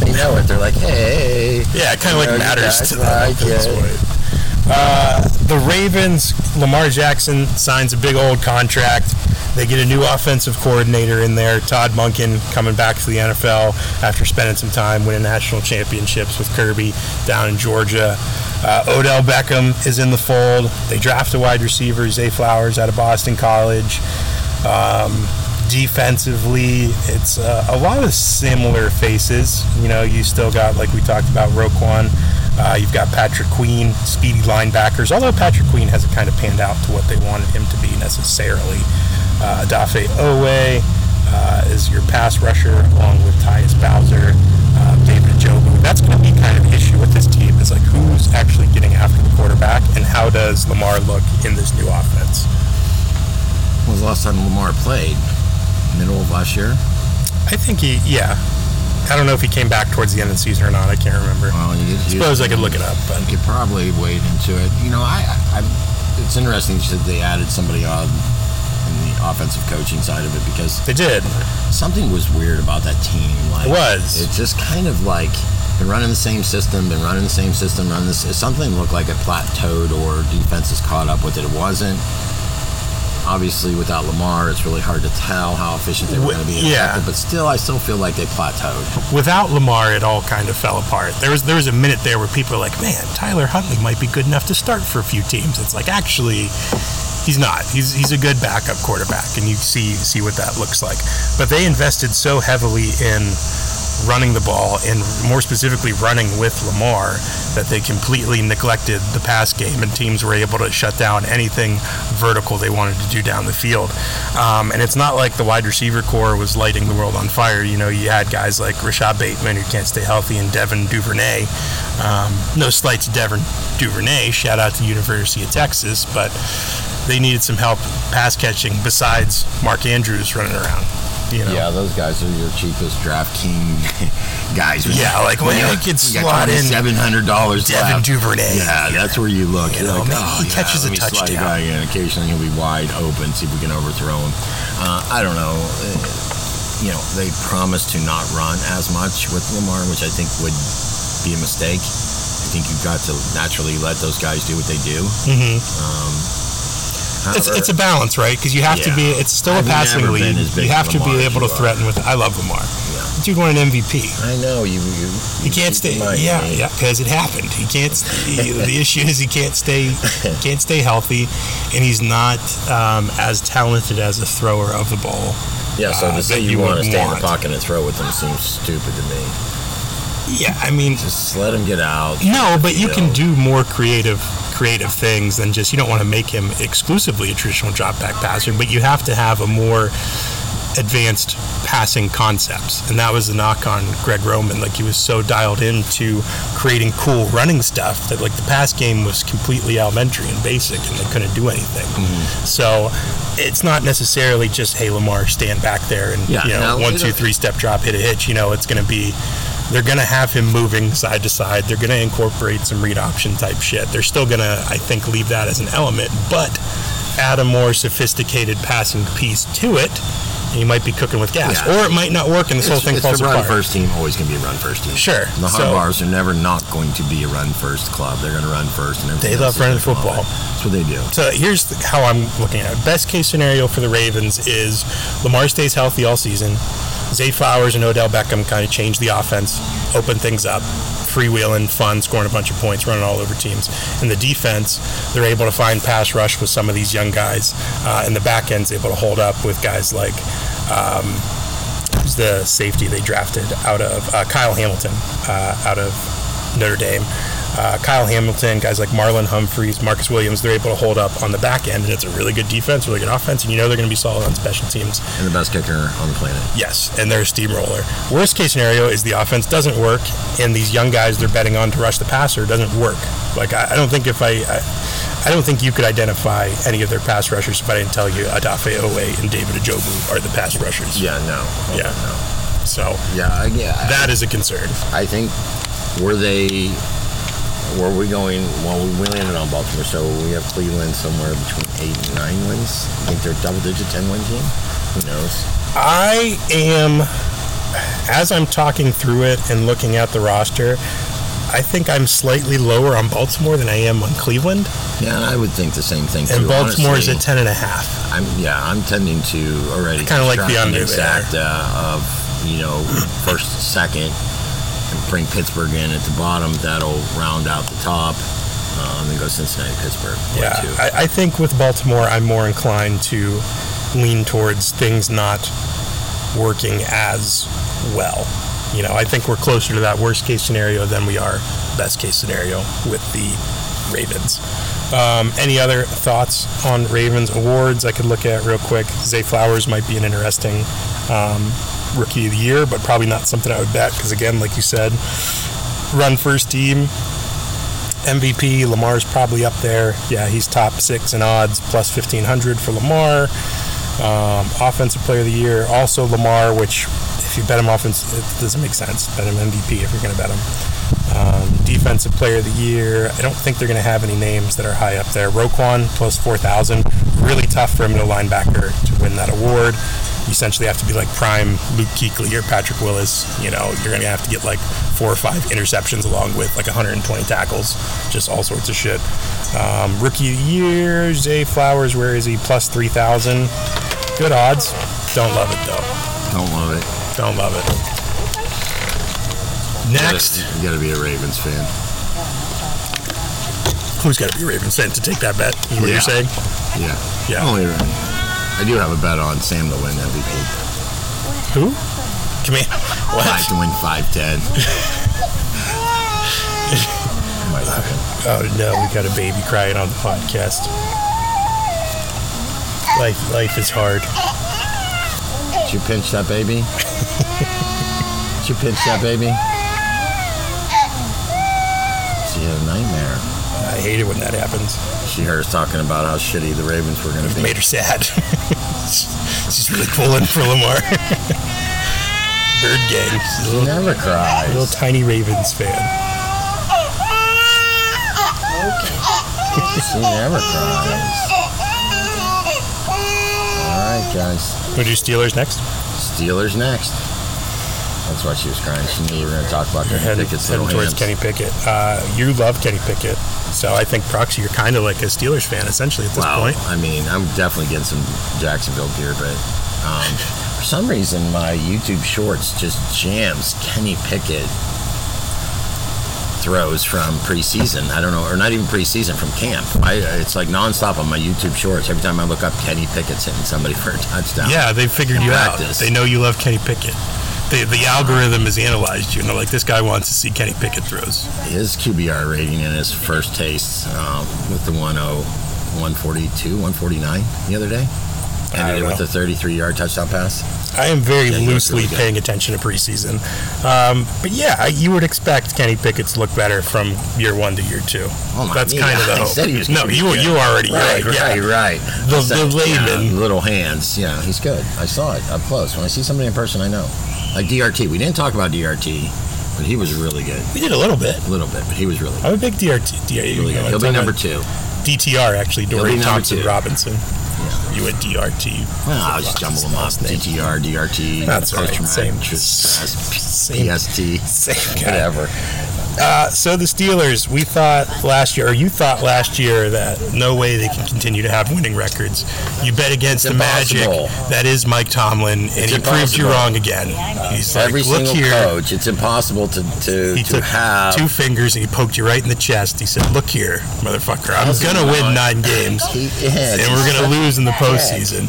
Speaker 2: they know it. They're like, hey.
Speaker 1: Yeah, it kind of like
Speaker 2: Yeah, you
Speaker 1: matters
Speaker 2: guys
Speaker 1: to them at
Speaker 2: like
Speaker 1: this
Speaker 2: it.
Speaker 1: point. Uh, the Ravens, Lamar Jackson signs a big old contract. They get a new offensive coordinator in there, Todd Munkin, coming back to the NFL after spending some time winning national championships with Kirby down in Georgia. Uh, Odell Beckham is in the fold. They draft a wide receiver, Zay Flowers, out of Boston College. Um, defensively, it's uh, a lot of similar faces. You know, you still got, like we talked about, Roquan. Uh, you've got Patrick Queen, speedy linebackers, although Patrick Queen hasn't kind of panned out to what they wanted him to be necessarily. Uh, Dafe Owe uh, is your pass rusher, along with Tyus Bowser, uh, David Jobu. That's going to be kind of the issue with this team is like who's actually getting after the quarterback and how does Lamar look in this new offense?
Speaker 2: When was the last time Lamar played? Middle of last year?
Speaker 1: I think he, yeah. I don't know if he came back towards the end of the season or not. I can't remember.
Speaker 2: Well, you get
Speaker 1: I suppose I could look it up, but
Speaker 2: You could probably wade into it. You know, I, I, I it's interesting that they added somebody on in the offensive coaching side of it because
Speaker 1: they did.
Speaker 2: something was weird about that team. Like
Speaker 1: It was.
Speaker 2: It's just kind of like been running the same system, been running the same system, running this. Something looked like it plateaued or defense has caught up with it. It wasn't. Obviously, without Lamar, it's really hard to tell how efficient they were
Speaker 1: Wi-
Speaker 2: going to be. and
Speaker 1: yeah.
Speaker 2: effective, But still, I still feel like they plateaued.
Speaker 1: Without Lamar, it all kind of fell apart. There was there was a minute there where people were like, "Man, Tyler Huntley might be good enough to start for a few teams." It's like actually, he's not. He's he's a good backup quarterback, and you see see what that looks like. But they invested so heavily in running the ball and more specifically running with Lamar that they completely neglected the pass game and teams were able to shut down anything vertical they wanted to do down the field. Um, and it's not like the wide receiver core was lighting the world on fire. You know, you had guys like Rashad Bateman who can't stay healthy and Devin Duvernay. Um, no slight to Devin Duvernay. Shout out to University of Texas, but they needed some help pass catching besides Mark Andrews running around. You know.
Speaker 2: Yeah, those guys are your cheapest DraftKings <laughs> guys.
Speaker 1: Yeah, like, when you could slot in
Speaker 2: seven hundred dollars.
Speaker 1: Devin Duvernay.
Speaker 2: Yeah, that's where you look.
Speaker 1: You
Speaker 2: You're
Speaker 1: know,
Speaker 2: like,
Speaker 1: maybe he
Speaker 2: oh, yeah,
Speaker 1: catches a
Speaker 2: let me slide
Speaker 1: touchdown.
Speaker 2: guy in. Occasionally, he'll be wide open. See if we can overthrow him. Uh, I don't know. Uh, You know, they promised to not run as much with Lamar, which I think would be a mistake. I think you've got to naturally let those guys do what they do.
Speaker 1: hmm
Speaker 2: Um,
Speaker 1: it's,
Speaker 2: however-
Speaker 1: it's a balance, right? Because you have to be.
Speaker 2: Yeah.
Speaker 1: It's still
Speaker 2: I've
Speaker 1: a passing
Speaker 2: never
Speaker 1: lead.
Speaker 2: been as big
Speaker 1: You
Speaker 2: of
Speaker 1: have to
Speaker 2: Lamar
Speaker 1: be
Speaker 2: as
Speaker 1: able to
Speaker 2: you are.
Speaker 1: threaten with. I love Lamar. Dude won an MVP.
Speaker 2: I know you. You,
Speaker 1: He can't stay.
Speaker 2: keep reminding
Speaker 1: Yeah,
Speaker 2: me.
Speaker 1: yeah. Because it happened. He
Speaker 2: <laughs>
Speaker 1: can't. St- he- the issue is he can't stay. Can't stay healthy, and he's not um, as talented as a thrower of the ball.
Speaker 2: Yeah, so
Speaker 1: uh,
Speaker 2: to say
Speaker 1: that
Speaker 2: you,
Speaker 1: you
Speaker 2: want to
Speaker 1: would
Speaker 2: stay in
Speaker 1: want.
Speaker 2: the pocket and throw with them seems stupid to me.
Speaker 1: Yeah, I mean,
Speaker 2: Just let him get out.
Speaker 1: No, but you can
Speaker 2: know.
Speaker 1: do more creative creative things than just you don't want to make him exclusively a traditional drop back passer, but you have to have a more advanced passing concepts. And that was the knock on Greg Roman. Like he was so dialed into creating cool running stuff that like the pass game was completely elementary and basic and they couldn't do anything.
Speaker 2: Mm-hmm.
Speaker 1: So it's not necessarily just, hey Lamar, stand back there and
Speaker 2: Yeah,
Speaker 1: you know,
Speaker 2: no,
Speaker 1: one,
Speaker 2: we
Speaker 1: two,
Speaker 2: don't-
Speaker 1: three step drop, hit a hitch, you know, it's gonna be they're going to have him moving side to side. They're going to incorporate some read option type shit. They're still going to, I think, leave that as an element, but add a more sophisticated passing piece to it, and you might be cooking with gas.
Speaker 2: Yeah.
Speaker 1: Or it might not work, and this whole
Speaker 2: It's,
Speaker 1: thing
Speaker 2: it's
Speaker 1: falls
Speaker 2: a run
Speaker 1: apart.
Speaker 2: first team. Always going to be a run first team.
Speaker 1: Sure.
Speaker 2: The hard
Speaker 1: So-
Speaker 2: bars are never not going to be a run first club. They're going to run first. And everything
Speaker 1: They love
Speaker 2: else is gonna
Speaker 1: running
Speaker 2: follow
Speaker 1: football.
Speaker 2: it. That's what they do.
Speaker 1: So here's the, how I'm looking at it. Best case scenario for the Ravens is Lamar stays healthy all season. Zay Flowers and Odell Beckham kind of change the offense, open things up, freewheeling, fun, scoring a bunch of points, running all over teams. And the defense, they're able to find pass rush with some of these young guys, uh, and the back end's able to hold up with guys like um, who's the safety they drafted out of uh, Kyle Hamilton uh, out of Notre Dame. uh, Kyle Hamilton, guys like Marlon Humphreys, Marcus Williams, they're able to hold up on the back end, and it's a really good defense, really good offense, and you know they're going to be solid on special teams.
Speaker 2: and the best kicker on the planet.
Speaker 1: Yes, and they're a steamroller. Worst case scenario is the offense doesn't work, and these young guys they're betting on to rush the passer doesn't work. Like I, I don't think if I, I, I don't think you could identify any of their pass rushers if I didn't tell you Adafe Owe and David Ajobu are the pass rushers.
Speaker 2: Yeah, no.
Speaker 1: Yeah. So
Speaker 2: Yeah, yeah.
Speaker 1: that is a concern.
Speaker 2: I think were they were we going well we landed on Baltimore, so we have Cleveland somewhere between eight and nine wins. I think they're double digit ten win team. Who knows?
Speaker 1: I am, as I'm talking through it and looking at the roster, I think I'm slightly lower on Baltimore than I am on Cleveland,
Speaker 2: Yeah, I would think the same thing.
Speaker 1: and
Speaker 2: too,
Speaker 1: Baltimore is
Speaker 2: honestly.
Speaker 1: at ten and a half.
Speaker 2: I'm yeah, I'm tending to already
Speaker 1: kinda like the
Speaker 2: construct an
Speaker 1: under there.
Speaker 2: exact uh, of you
Speaker 1: <laughs>
Speaker 2: know first second and bring Pittsburgh in at the bottom. That'll round out the top. Um, then go Cincinnati, Pittsburgh. one,
Speaker 1: Yeah,
Speaker 2: two.
Speaker 1: I, I think with Baltimore, I'm more inclined to lean towards things not working as well. You know, I think we're closer to that worst case scenario than we are best case scenario with the Ravens. Um, any other thoughts on Ravens awards I could look at real quick? Zay Flowers might be an interesting um, rookie of the year, but probably not something I would bet because, again, like you said, run first team, MVP, Lamar's probably up there. Yeah, he's top six in odds, plus 1500 for Lamar. Um, offensive player of the year, also Lamar, which if you bet him offense, it doesn't make sense. Bet him MVP if you're going to bet him. Um, defensive player of the year, I don't think they're going to have any names that are high up there. Roquan, plus 4,000. Really tough for a middle linebacker to win that award. You essentially have to be like prime Luke Kuechly or Patrick Willis. You know, you're going to have to get like four or five interceptions along with like 120 tackles, just all sorts of shit. Um, rookie of the year, Zay Flowers, where is he? Plus 3,000. Good odds. Don't love it though.
Speaker 2: Don't love it.
Speaker 1: Don't love it. Next,
Speaker 2: you gotta be a Ravens fan.
Speaker 1: who's got to be Ravens sent to take that bet? Is what
Speaker 2: Yeah.
Speaker 1: you're saying?
Speaker 2: Yeah.
Speaker 1: Yeah.
Speaker 2: Only I do have a bet on Sam to win MVP.
Speaker 1: Who? Come here.
Speaker 2: Five
Speaker 1: What?
Speaker 2: to win
Speaker 1: <laughs>
Speaker 2: five ten. Might happen.
Speaker 1: Oh no, we got a baby crying on the podcast. Life, life is hard.
Speaker 2: Did you pinch
Speaker 1: <laughs>
Speaker 2: that baby? Did you pinch that baby? She had a nightmare.
Speaker 1: I hate it when that happens.
Speaker 2: She heard us talking about how shitty the Ravens were gonna
Speaker 1: It
Speaker 2: be.
Speaker 1: made her sad. <laughs> She's really pulling for Lamar. <laughs> Bird gang. She's a
Speaker 2: She
Speaker 1: little,
Speaker 2: never
Speaker 1: little
Speaker 2: cries.
Speaker 1: tiny Ravens fan.
Speaker 2: She never cries. All right, guys.
Speaker 1: Would you Steelers next?
Speaker 2: Steelers next. That's why she was crying. She knew we were going to talk about
Speaker 1: You're
Speaker 2: Kenny
Speaker 1: heading,
Speaker 2: Pickett's little
Speaker 1: heading towards
Speaker 2: hands.
Speaker 1: Kenny Pickett. Uh, you love Kenny Pickett. So I think Proxy, you're kind of like a Steelers fan essentially at this
Speaker 2: wow.
Speaker 1: point.
Speaker 2: I mean, I'm definitely getting some Jacksonville gear, but um, for some reason, my YouTube Shorts just jams Kenny Pickett throws from preseason. I don't know, or not even preseason, from camp. I, it's like nonstop on my YouTube Shorts. Every time I look up, Kenny Pickett's hitting somebody for a touchdown.
Speaker 1: Yeah, they figured you
Speaker 2: Practice.
Speaker 1: out. They know you love Kenny Pickett. They, the algorithm has analyzed you and they're like, this guy wants to see Kenny Pickett throws.
Speaker 2: his QBR rating in his first taste um, with the 10, 142, 149 the other day.
Speaker 1: I don't
Speaker 2: Ended it with
Speaker 1: know.
Speaker 2: a 33 yard touchdown pass.
Speaker 1: I am very
Speaker 2: Yeah, you look
Speaker 1: loosely
Speaker 2: really good.
Speaker 1: paying attention to preseason. Um, but yeah, I- you would expect Kenny Pickett to look better from year one to year two.
Speaker 2: Oh my
Speaker 1: That's
Speaker 2: God, <laughs>
Speaker 1: kind of the
Speaker 2: I
Speaker 1: hope.
Speaker 2: said he was
Speaker 1: no,
Speaker 2: gonna be
Speaker 1: you
Speaker 2: good.
Speaker 1: you already
Speaker 2: Right,
Speaker 1: yeah.
Speaker 2: right, right.
Speaker 1: The-
Speaker 2: I said,
Speaker 1: the
Speaker 2: yeah,
Speaker 1: Laban.
Speaker 2: little hands. Yeah, he's good. I saw it up close. When I see somebody in person, I know. Like DRT. We didn't talk about DRT, but he was really good.
Speaker 1: We did a little bit.
Speaker 2: A little bit, but he was really,
Speaker 1: I'm a big DRT. DRT
Speaker 2: really good. He'll be number two.
Speaker 1: DTR actually.
Speaker 2: be
Speaker 1: Dory
Speaker 2: number
Speaker 1: Thompson
Speaker 2: two.
Speaker 1: Robinson.
Speaker 2: Yeah.
Speaker 1: You a DRT?
Speaker 2: Well, I'll just jumble them up. DTR, DRT,
Speaker 1: That's all right.
Speaker 2: post-traumatic
Speaker 1: Same.
Speaker 2: stress,
Speaker 1: Same.
Speaker 2: PST,
Speaker 1: Same guy.
Speaker 2: whatever.
Speaker 1: Uh, so the Steelers, we thought last year, or you thought last year that no way they can continue to have winning records. You bet against the Magic.
Speaker 2: impossible.
Speaker 1: That is Mike Tomlin, and he proved you
Speaker 2: impossible.
Speaker 1: wrong again. He's like,
Speaker 2: every
Speaker 1: look
Speaker 2: single
Speaker 1: here.
Speaker 2: coach, it's impossible to to,
Speaker 1: He
Speaker 2: to
Speaker 1: took
Speaker 2: have.
Speaker 1: two fingers and he poked you right in the chest. He said, "Look here, motherfucker, I'm
Speaker 2: Doesn't
Speaker 1: gonna win
Speaker 2: want- <laughs>
Speaker 1: nine games,
Speaker 2: He- yeah,
Speaker 1: and
Speaker 2: it's
Speaker 1: we're gonna lose in the postseason."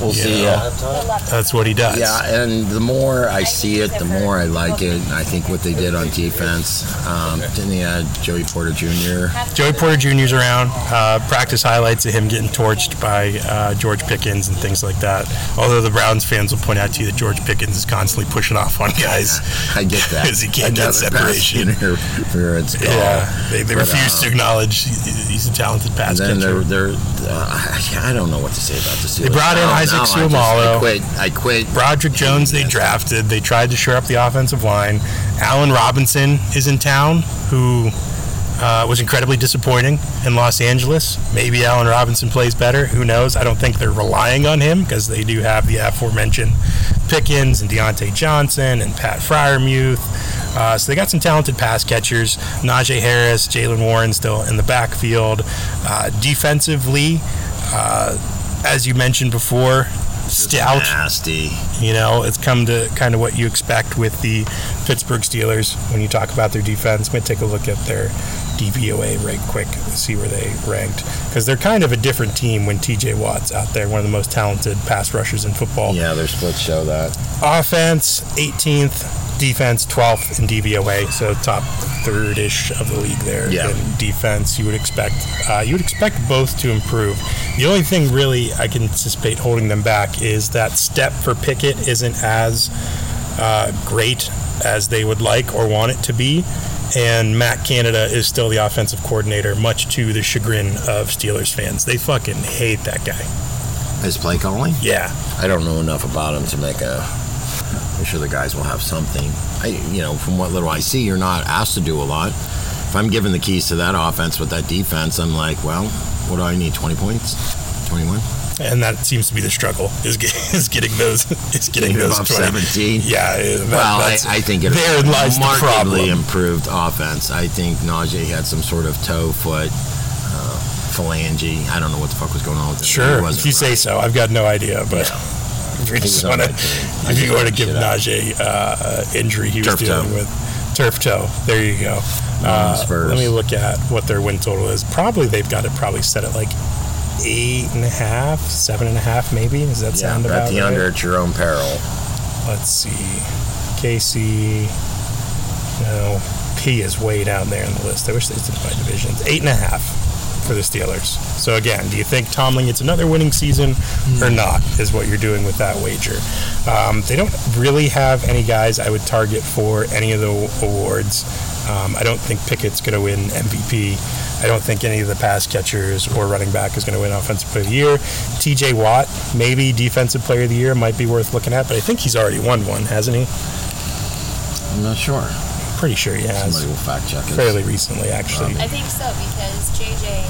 Speaker 2: We'll see.
Speaker 1: Yeah.
Speaker 2: ya.
Speaker 1: That's what he does.
Speaker 2: Yeah, and the more I see it, the more I like it. And I think what they did on defense, um, didn't they add Joey Porter Jr.?
Speaker 1: Joey Porter Jr.'s around. Uh, practice highlights of him getting torched by uh, George Pickens and things like that. Although the Browns fans will point out to you that George Pickens is constantly pushing off on guys.
Speaker 2: I get
Speaker 1: <laughs>
Speaker 2: that.
Speaker 1: 'Cause he can't get
Speaker 2: Another pass
Speaker 1: separation.
Speaker 2: interference call.
Speaker 1: Yeah, they, they
Speaker 2: But,
Speaker 1: refuse
Speaker 2: uh,
Speaker 1: to acknowledge he- he's a talented
Speaker 2: And
Speaker 1: pass
Speaker 2: then they're,
Speaker 1: catcher.
Speaker 2: they're uh, I don't know what to say about the Steelers.
Speaker 1: brought in
Speaker 2: No,
Speaker 1: Isaac
Speaker 2: no, I just-
Speaker 1: Seumalo.
Speaker 2: I quit. I quit.
Speaker 1: Broderick Jones they drafted. They tried to shore up the offensive line. Allen Robinson is in town, who uh, was incredibly disappointing in Los Angeles. Maybe Allen Robinson plays better. Who knows? I don't think they're relying on him because they do have the aforementioned Pickens and Deontay Johnson and Pat Fryermuth. Uh, so they got some talented pass catchers. Najee Harris, Jalen Warren still in the backfield. Uh, defensively, uh, as you mentioned before, stout
Speaker 2: Nasty.
Speaker 1: you know, it's come to kind of what you expect with the Pittsburgh Steelers when you talk about their defense. Might take a look at their DVOA right quick, see where they ranked because they're kind of a different team when TJ Watt's out there, one of the most talented pass rushers in football.
Speaker 2: Yeah, their splits show that.
Speaker 1: Offense 18th, defense 12th in DVOA, so top third-ish of the league there
Speaker 2: Yeah.
Speaker 1: in defense. You would expect uh, you would expect both to improve. The only thing really I can anticipate holding them back is that step for Pickett isn't as uh, great as they would like or want it to be. And Matt Canada is still the offensive coordinator, much to the chagrin of Steelers fans. They fucking hate that guy.
Speaker 2: His play calling.
Speaker 1: Yeah.
Speaker 2: I don't know enough about him to make a. I'm sure the guys will have something. I, you know, from what little I see, you're not asked to do a lot. If I'm given the keys to that offense with that defense, I'm like, well, what do I need? 20 points? 21?
Speaker 1: and that seems to be the struggle is, get, <laughs> is getting those is getting
Speaker 2: Getting
Speaker 1: those
Speaker 2: above
Speaker 1: 20.
Speaker 2: 17.
Speaker 1: Yeah, eh, <laughs> that-
Speaker 2: Well, I,
Speaker 1: that's-
Speaker 2: I think it
Speaker 1: therein lies the
Speaker 2: markedly
Speaker 1: problem.
Speaker 2: improved offense. I think Najee had some sort of toe foot, uh, phalange. I don't know what the fuck was going on with that.
Speaker 1: Sure,
Speaker 2: It
Speaker 1: if you
Speaker 2: wasn't
Speaker 1: say so. I've got no idea, but <laughs> if you just
Speaker 2: on
Speaker 1: want to
Speaker 2: my team. I
Speaker 1: if
Speaker 2: just
Speaker 1: you want to
Speaker 2: looked
Speaker 1: give
Speaker 2: shit up.
Speaker 1: Najee uh, injury he was
Speaker 2: Turf toe.
Speaker 1: dealing with turf toe. There you go. Uh,
Speaker 2: Spurs.
Speaker 1: let me look at what their win total is. Probably they've got it probably set at like eight and a half, seven and a half, maybe. Does that
Speaker 2: Yeah,
Speaker 1: sound
Speaker 2: bet
Speaker 1: about
Speaker 2: the
Speaker 1: right?
Speaker 2: under at your own peril.
Speaker 1: let's see, Casey. No, P is way down there in the list. I wish they did by divisions. Eight and a half for the Steelers. So again, do you think Tomlin gets another winning season or not? Is what you're doing with that wager. Um, they don't really have any guys I would target for any of the awards. Um, I don't think Pickett's going to win MVP. I don't think any of the pass catchers or running back is going to win Offensive Player of the Year. TJ Watt, maybe Defensive Player of the Year, might be worth looking at, but I think he's already won one, hasn't he?
Speaker 2: I'm not sure.
Speaker 1: Pretty sure he has.
Speaker 2: Somebody will fact check us.
Speaker 1: Fairly recently, actually.
Speaker 3: I think so because JJ.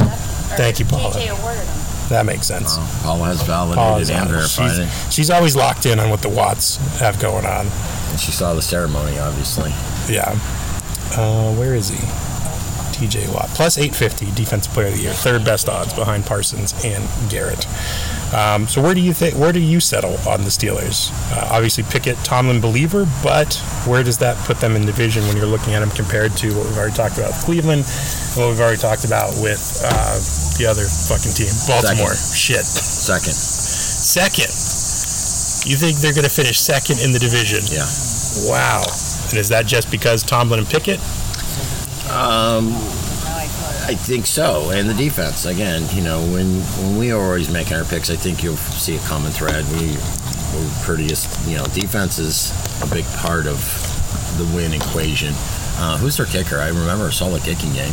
Speaker 3: elected- or
Speaker 1: Thank you, Paula.
Speaker 3: JJ awarded him.
Speaker 1: That makes sense.
Speaker 2: Well, Paul has
Speaker 1: Paul
Speaker 2: validated
Speaker 1: is
Speaker 2: and
Speaker 1: on it.
Speaker 2: verified it.
Speaker 1: She's, she's always locked in on what the Watts have going on.
Speaker 2: And she saw the ceremony, obviously.
Speaker 1: Yeah. Uh, where is he? TJ Watt. Plus 850 Defensive Player of the Year. Third best odds behind Parsons and Garrett. Um, so where do you think? Where do you settle on the Steelers? Uh, obviously, Pickett, Tomlin, believer, but where does that put them in division when you're looking at them compared to what we've already talked about with Cleveland, and what we've already talked about with uh, the other fucking team, Baltimore? Shit.
Speaker 2: Second,
Speaker 1: Second. You think they're going to finish second in the division?
Speaker 2: yeah.
Speaker 1: Wow. And is that just because Tomlin and Pickett?
Speaker 2: Um, I think so. And the defense, again, you know, when when we are always making our picks, I think you'll see a common thread. We we're prettiest, you know, defense is a big part of the win equation. Uh, who's their kicker? I remember I saw the kicking game.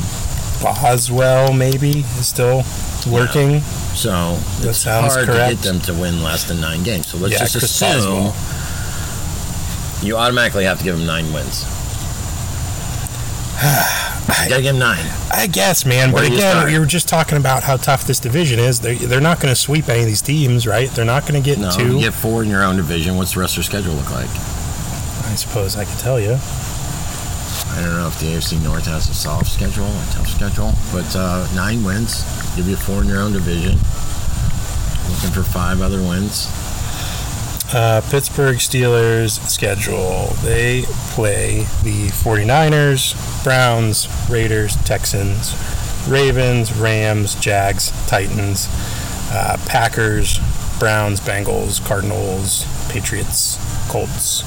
Speaker 1: Boswell maybe is still working.
Speaker 2: So
Speaker 1: That
Speaker 2: it's
Speaker 1: sounds
Speaker 2: hard
Speaker 1: correct.
Speaker 2: to get them to win less than nine games. So let's
Speaker 1: Yeah,
Speaker 2: just
Speaker 1: Chris
Speaker 2: assume
Speaker 1: Boswell.
Speaker 2: you automatically have to give them nine wins.
Speaker 1: <sighs>
Speaker 2: you gotta give them nine.
Speaker 1: I guess, man.
Speaker 2: Where
Speaker 1: But
Speaker 2: do you
Speaker 1: again,
Speaker 2: start?
Speaker 1: you were just talking about how tough this division is. They're, they're not going to sweep any of these teams, right? They're not going to get
Speaker 2: No,
Speaker 1: two.
Speaker 2: you get four in your own division. What's the rest of their schedule look like?
Speaker 1: I suppose I could tell you.
Speaker 2: I don't know if the AFC North has a soft schedule, a tough schedule, but uh, nine wins. Give you four in your own division. Looking for five other wins.
Speaker 1: Uh, Pittsburgh Steelers schedule. They play the 49ers, Browns, Raiders, Texans, Ravens, Rams, Jags, Titans, uh, Packers, Browns, Bengals, Cardinals, Patriots, Colts,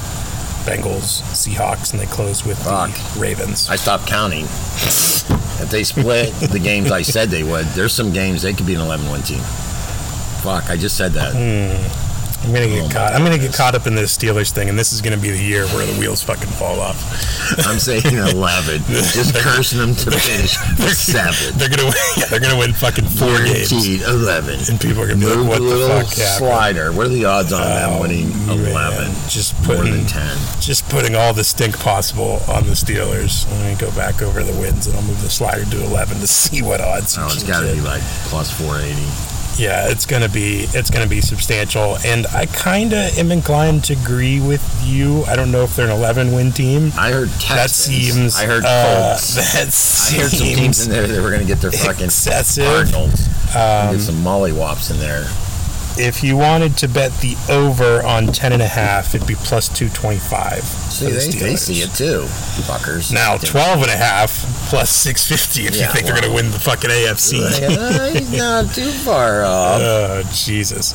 Speaker 1: Bengals, Seahawks, and they close with
Speaker 2: Fuck.
Speaker 1: the Ravens.
Speaker 2: I stopped counting. If they split the games I said they would, there's some games they could be an 11 1 team. Fuck, I just said
Speaker 1: Hmm.
Speaker 2: that.
Speaker 1: I'm gonna
Speaker 2: Oh,
Speaker 1: get
Speaker 2: my
Speaker 1: caught. I'm gonna get
Speaker 2: goodness.
Speaker 1: caught up in this Steelers thing, and this is gonna be the year where the wheels fucking fall off.
Speaker 2: I'm saying 11.
Speaker 1: <laughs>
Speaker 2: Just cursing them to finish with 7.
Speaker 1: They're gonna <laughs> win. Yeah, they're gonna win fucking four games,
Speaker 2: Guaranteed 11.
Speaker 1: and people are gonna be
Speaker 2: Move
Speaker 1: like,
Speaker 2: the
Speaker 1: "What the
Speaker 2: little
Speaker 1: fuck happened?"
Speaker 2: slider. What are the odds on them
Speaker 1: Oh,
Speaker 2: winning
Speaker 1: man.
Speaker 2: 11?
Speaker 1: Just
Speaker 2: More than
Speaker 1: putting
Speaker 2: 10.
Speaker 1: just putting all the stink possible on the Steelers. Let me go back over the wins, and I'll move the slider to 11 to see what odds. you
Speaker 2: Oh, it's
Speaker 1: can
Speaker 2: got to
Speaker 1: get.
Speaker 2: be like plus 480.
Speaker 1: Yeah, it's gonna be it's gonna be substantial, and I kind of am inclined to agree with you. I don't know if they're an 11 win team.
Speaker 2: I heard
Speaker 1: That
Speaker 2: Texans.
Speaker 1: seems
Speaker 2: I heard
Speaker 1: uh, <laughs>
Speaker 2: Colts.
Speaker 1: that
Speaker 2: I heard some teams
Speaker 1: seems
Speaker 2: in there that were going to get their fucking
Speaker 1: excessive.
Speaker 2: Cardinals.
Speaker 1: Um,
Speaker 2: get some mollywops in there.
Speaker 1: if you wanted to bet the over on 10 and a half, it'd be plus 225.
Speaker 2: See,
Speaker 1: for the
Speaker 2: they, they
Speaker 1: Steelers.
Speaker 2: see it too, fuckers.
Speaker 1: Now,
Speaker 2: Yeah.
Speaker 1: 12 and a half plus 650 if
Speaker 2: Yeah,
Speaker 1: you think they're going to win the fucking AFC.
Speaker 2: Uh, <laughs> He's not too far off.
Speaker 1: oh, Jesus.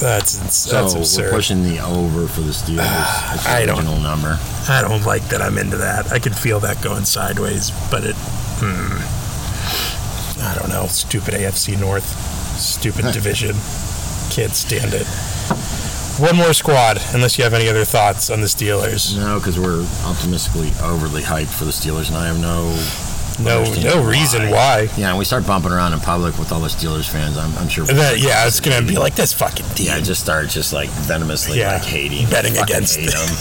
Speaker 1: That's, ins-
Speaker 2: So
Speaker 1: that's
Speaker 2: we're
Speaker 1: absurd. Ah,
Speaker 2: pushing the over for the Steelers. That's the
Speaker 1: I don't-
Speaker 2: original number.
Speaker 1: I don't like that I'm into that. I could feel that going sideways, but it. Hmm, I don't know. Stupid AFC North. Stupid division. Can't stand it. One more squad, unless you have any other thoughts on the Steelers.
Speaker 2: No, because we're optimistically overly hyped for the Steelers, and I have no.
Speaker 1: No,
Speaker 2: Understand
Speaker 1: no
Speaker 2: why.
Speaker 1: reason why.
Speaker 2: Yeah, and we start bumping around in public with all the Steelers fans. I'm, I'm sure.
Speaker 1: And That, yeah, it's gonna be like this fucking team.
Speaker 2: Yeah, just start just like venomously
Speaker 1: Yeah.
Speaker 2: like hating,
Speaker 1: Betting
Speaker 2: Fucking
Speaker 1: against
Speaker 2: hate
Speaker 1: them.
Speaker 2: them.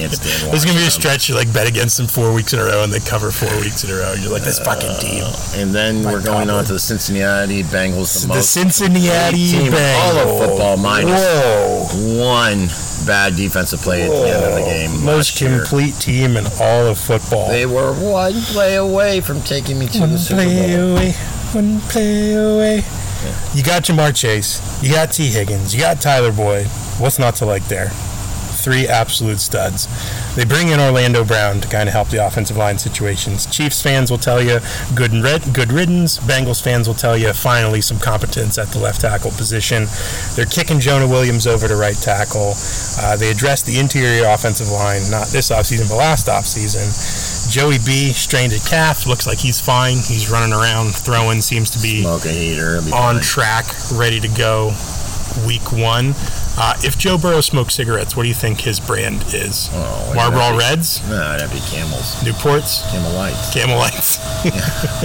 Speaker 1: <laughs>
Speaker 2: can't stand.
Speaker 1: There's gonna be a
Speaker 2: watching them.
Speaker 1: stretch you like bet against them four weeks in a row and they cover four weeks in a row. You're like this fucking team.
Speaker 2: And then
Speaker 1: My
Speaker 2: we're going
Speaker 1: God.
Speaker 2: on to the Cincinnati Bengals, the,
Speaker 1: The
Speaker 2: most
Speaker 1: Cincinnati
Speaker 2: team in all
Speaker 1: Bengals.
Speaker 2: of football, minus
Speaker 1: Whoa.
Speaker 2: one bad defensive play at the end of the
Speaker 1: Whoa.
Speaker 2: game.
Speaker 1: Oh, Most
Speaker 2: last year.
Speaker 1: complete team in all of football.
Speaker 2: They were one play away from taking me to the Super Bowl.
Speaker 1: away, one play away. You got Jamar Chase, you got T. Higgins, you got Tyler Boyd. What's not to like there? Three absolute studs. They bring in Orlando Brown to kind of help the offensive line situations. Chiefs fans will tell you good and red, good riddance. Bengals fans will tell you finally some competence at the left tackle position. They're kicking Jonah Williams over to right tackle. Uh, they addressed the interior offensive line, not this offseason, but last offseason. Joey B strained a calf. Looks like he's fine. He's running around, throwing, seems to be
Speaker 2: Smoke a heater. it'll be
Speaker 1: on
Speaker 2: fine.
Speaker 1: track, ready to go week one. Uh, if Joe Burrow smokes cigarettes, what do you think his brand is?
Speaker 2: Oh, it'd
Speaker 1: Marlboro
Speaker 2: be-
Speaker 1: Reds,
Speaker 2: No, that'd be camels.
Speaker 1: Newports,
Speaker 2: Camel lights.
Speaker 1: Camel
Speaker 2: <laughs>
Speaker 1: Lights. <laughs>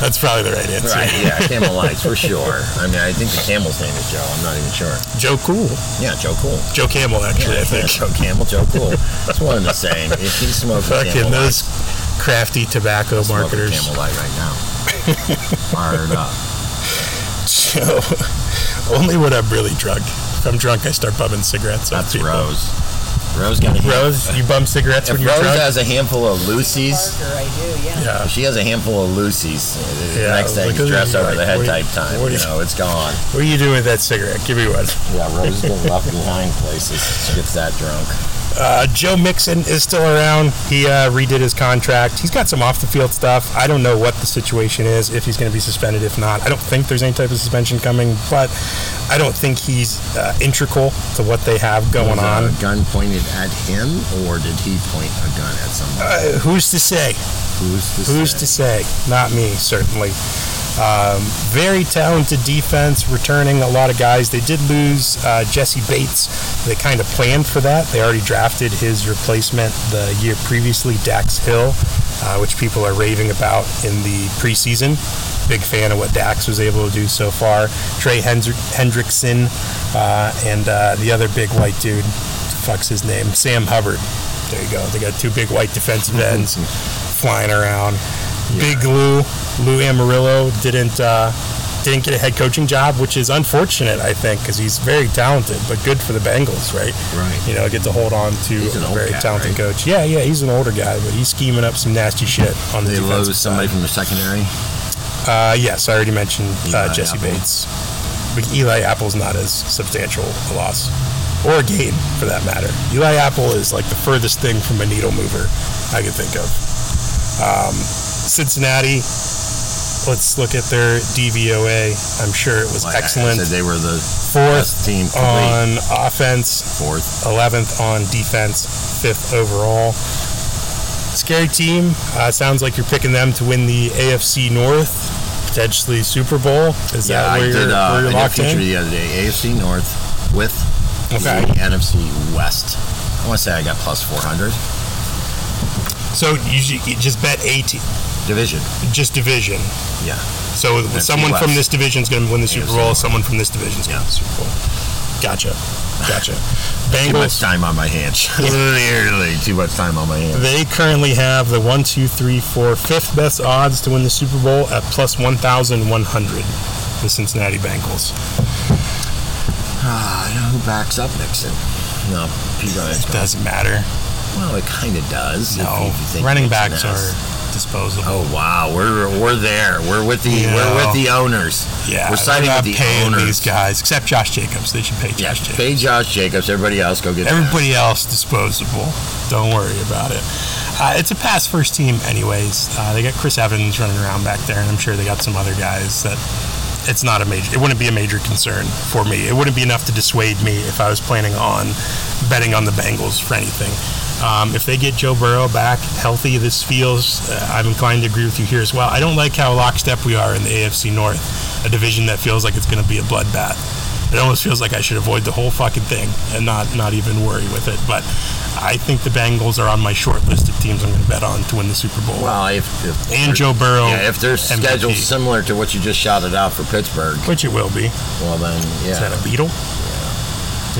Speaker 1: That's probably the right answer.
Speaker 2: Right, yeah, camel lights for sure. I mean, I think the camel's name is Joe. I'm not even sure.
Speaker 1: Joe Cool.
Speaker 2: Yeah, Joe Cool.
Speaker 1: Joe Camel, actually,
Speaker 2: Yeah,
Speaker 1: I think.
Speaker 2: Joe Camel, Joe Cool. That's one and the same. If he smokes a
Speaker 1: Fucking
Speaker 2: camel light,
Speaker 1: those crafty tobacco
Speaker 2: smoke a
Speaker 1: marketers.
Speaker 2: camel light right
Speaker 1: <laughs>
Speaker 2: now. Fired up.
Speaker 1: <laughs> So, only when I'm really drunk. If I'm drunk, I start bumming cigarettes. on
Speaker 2: That's
Speaker 1: people.
Speaker 2: Rose. Rose got a hand-
Speaker 1: Rose, you bum cigarettes
Speaker 2: If
Speaker 1: when
Speaker 2: Rose
Speaker 1: you're drunk?
Speaker 2: has a handful of Lucy's,
Speaker 3: Parker, I do, yeah.
Speaker 1: yeah.
Speaker 2: if Oh, she has a handful of Lucy's, the
Speaker 1: Yeah,
Speaker 2: next day
Speaker 1: like,
Speaker 2: you dress
Speaker 1: like,
Speaker 2: over the head
Speaker 1: what do you-
Speaker 2: type time.
Speaker 1: what do
Speaker 2: You
Speaker 1: you-
Speaker 2: know, it's gone.
Speaker 1: What are you doing with that cigarette? Give me one.
Speaker 2: Yeah, Rose gets left behind places. She gets that drunk.
Speaker 1: Uh, Joe Mixon is still around. He uh, redid his contract. He's got some off the field stuff. I don't know what the situation is, if he's going to be suspended, if not. I don't think there's any type of suspension coming, but I don't think he's uh, integral to what they have going
Speaker 2: Was
Speaker 1: on.
Speaker 2: A gun pointed at him, or did he point a gun at someone?
Speaker 1: Uh, who's to say?
Speaker 2: Who's to
Speaker 1: Uh, Who's
Speaker 2: say?
Speaker 1: to say? Not me, certainly. Um, very talented defense, returning a lot of guys. They did lose uh, Jesse Bates. They kind of planned for that. They already drafted his replacement the year previously, Dax Hill, uh, which people are raving about in the preseason. Big fan of what Dax was able to do so far. Trey Hendri- Hendrickson uh, and uh, the other big white dude, fuck's his name, Sam Hubbard. There you go. They got two big white <laughs> defensive ends flying around. Big Lou, Lou Amarillo didn't uh, didn't get a head coaching job, which is unfortunate, I think, because he's very talented, but good for the Bengals, right?
Speaker 2: Right.
Speaker 1: You know, get to hold on to
Speaker 2: He's an
Speaker 1: a
Speaker 2: old
Speaker 1: very
Speaker 2: cat,
Speaker 1: talented
Speaker 2: right?
Speaker 1: coach. Yeah, yeah, he's an older guy, but he's scheming up some nasty shit on the
Speaker 2: They
Speaker 1: defensive
Speaker 2: lose somebody
Speaker 1: side.
Speaker 2: from the secondary.
Speaker 1: Uh, yes, I already mentioned uh,
Speaker 2: Eli
Speaker 1: Jesse
Speaker 2: Apple.
Speaker 1: Bates, but Eli Apple's not as substantial a loss. Or a gain, for that matter. Eli Apple is like the furthest thing from a needle mover I could think of. Um, Cincinnati, let's look at their DVOA. I'm sure it was
Speaker 2: Like I
Speaker 1: excellent.
Speaker 2: said, they were the
Speaker 1: Fourth
Speaker 2: best team to lead.
Speaker 1: on offense,
Speaker 2: Fourth.
Speaker 1: 11th on defense, fifth overall. Scary team. Uh, sounds like you're picking them to win the AFC North, potentially Super Bowl. Is
Speaker 2: Yeah,
Speaker 1: that
Speaker 2: I
Speaker 1: where
Speaker 2: did
Speaker 1: you're,
Speaker 2: uh,
Speaker 1: where
Speaker 2: I
Speaker 1: you're
Speaker 2: did
Speaker 1: locked in?
Speaker 2: feature the other day. AFC North with
Speaker 1: Okay.
Speaker 2: the NFC West. I want to say I got plus 400.
Speaker 1: So you, ju- you just bet eight,
Speaker 2: Division.
Speaker 1: just division.
Speaker 2: Yeah.
Speaker 1: So
Speaker 2: NFC
Speaker 1: someone from
Speaker 2: West.
Speaker 1: this division is going to win the Super
Speaker 2: AFC
Speaker 1: Bowl. Someone from this division is going to win the Super Bowl. Gotcha. Gotcha.
Speaker 2: Too
Speaker 1: Bengals.
Speaker 2: much time on my hands. <laughs> Literally too much time on
Speaker 1: <sighs>
Speaker 2: my hands.
Speaker 1: They currently have the one, two, three, four, fifth best odds to win the Super Bowl at plus 1,100. The Cincinnati Bengals.
Speaker 2: Ah, you know who backs up Nixon? No, Pete Ryan's back.
Speaker 1: Doesn't matter.
Speaker 2: <laughs> Well, it kind of does. if you-
Speaker 1: No,
Speaker 2: if you think
Speaker 1: running
Speaker 2: Nixon
Speaker 1: backs are
Speaker 2: has.
Speaker 1: disposable.
Speaker 2: Oh wow, we're we're there. We're with the we're
Speaker 1: Yeah.
Speaker 2: with the owners.
Speaker 1: yeah,
Speaker 2: we're siding
Speaker 1: they're
Speaker 2: with
Speaker 1: not
Speaker 2: the
Speaker 1: paying
Speaker 2: owners.
Speaker 1: these guys, except Josh Jacobs. They should pay
Speaker 2: Yeah,
Speaker 1: Josh Jacobs.
Speaker 2: pay Josh Jacobs. Everybody else go get.
Speaker 1: Everybody else disposable. Don't worry about it. Uh, it's a pass first team, anyways. Uh, they got Chris Evans running around back there, and I'm sure they got some other guys that it's not a major. It wouldn't be a major concern for me. It wouldn't be enough to dissuade me if I was planning on betting on the Bengals for anything. Um, if they get Joe Burrow back healthy, this feels. Uh, I'm inclined to agree with you here as well. I don't like how lockstep we are in the AFC North, a division that feels like it's going to be a bloodbath. It almost feels like I should avoid the whole fucking thing and not not even worry with it. But I think the Bengals are on my short list of teams I'm going to bet on to win the Super Bowl.
Speaker 2: Well, if, if
Speaker 1: and Joe Burrow,
Speaker 2: yeah, if their schedule's
Speaker 1: MVP.
Speaker 2: similar to what you just shouted out for Pittsburgh,
Speaker 1: which it will be.
Speaker 2: well then,
Speaker 1: Is
Speaker 2: yeah,
Speaker 1: that a Beetle?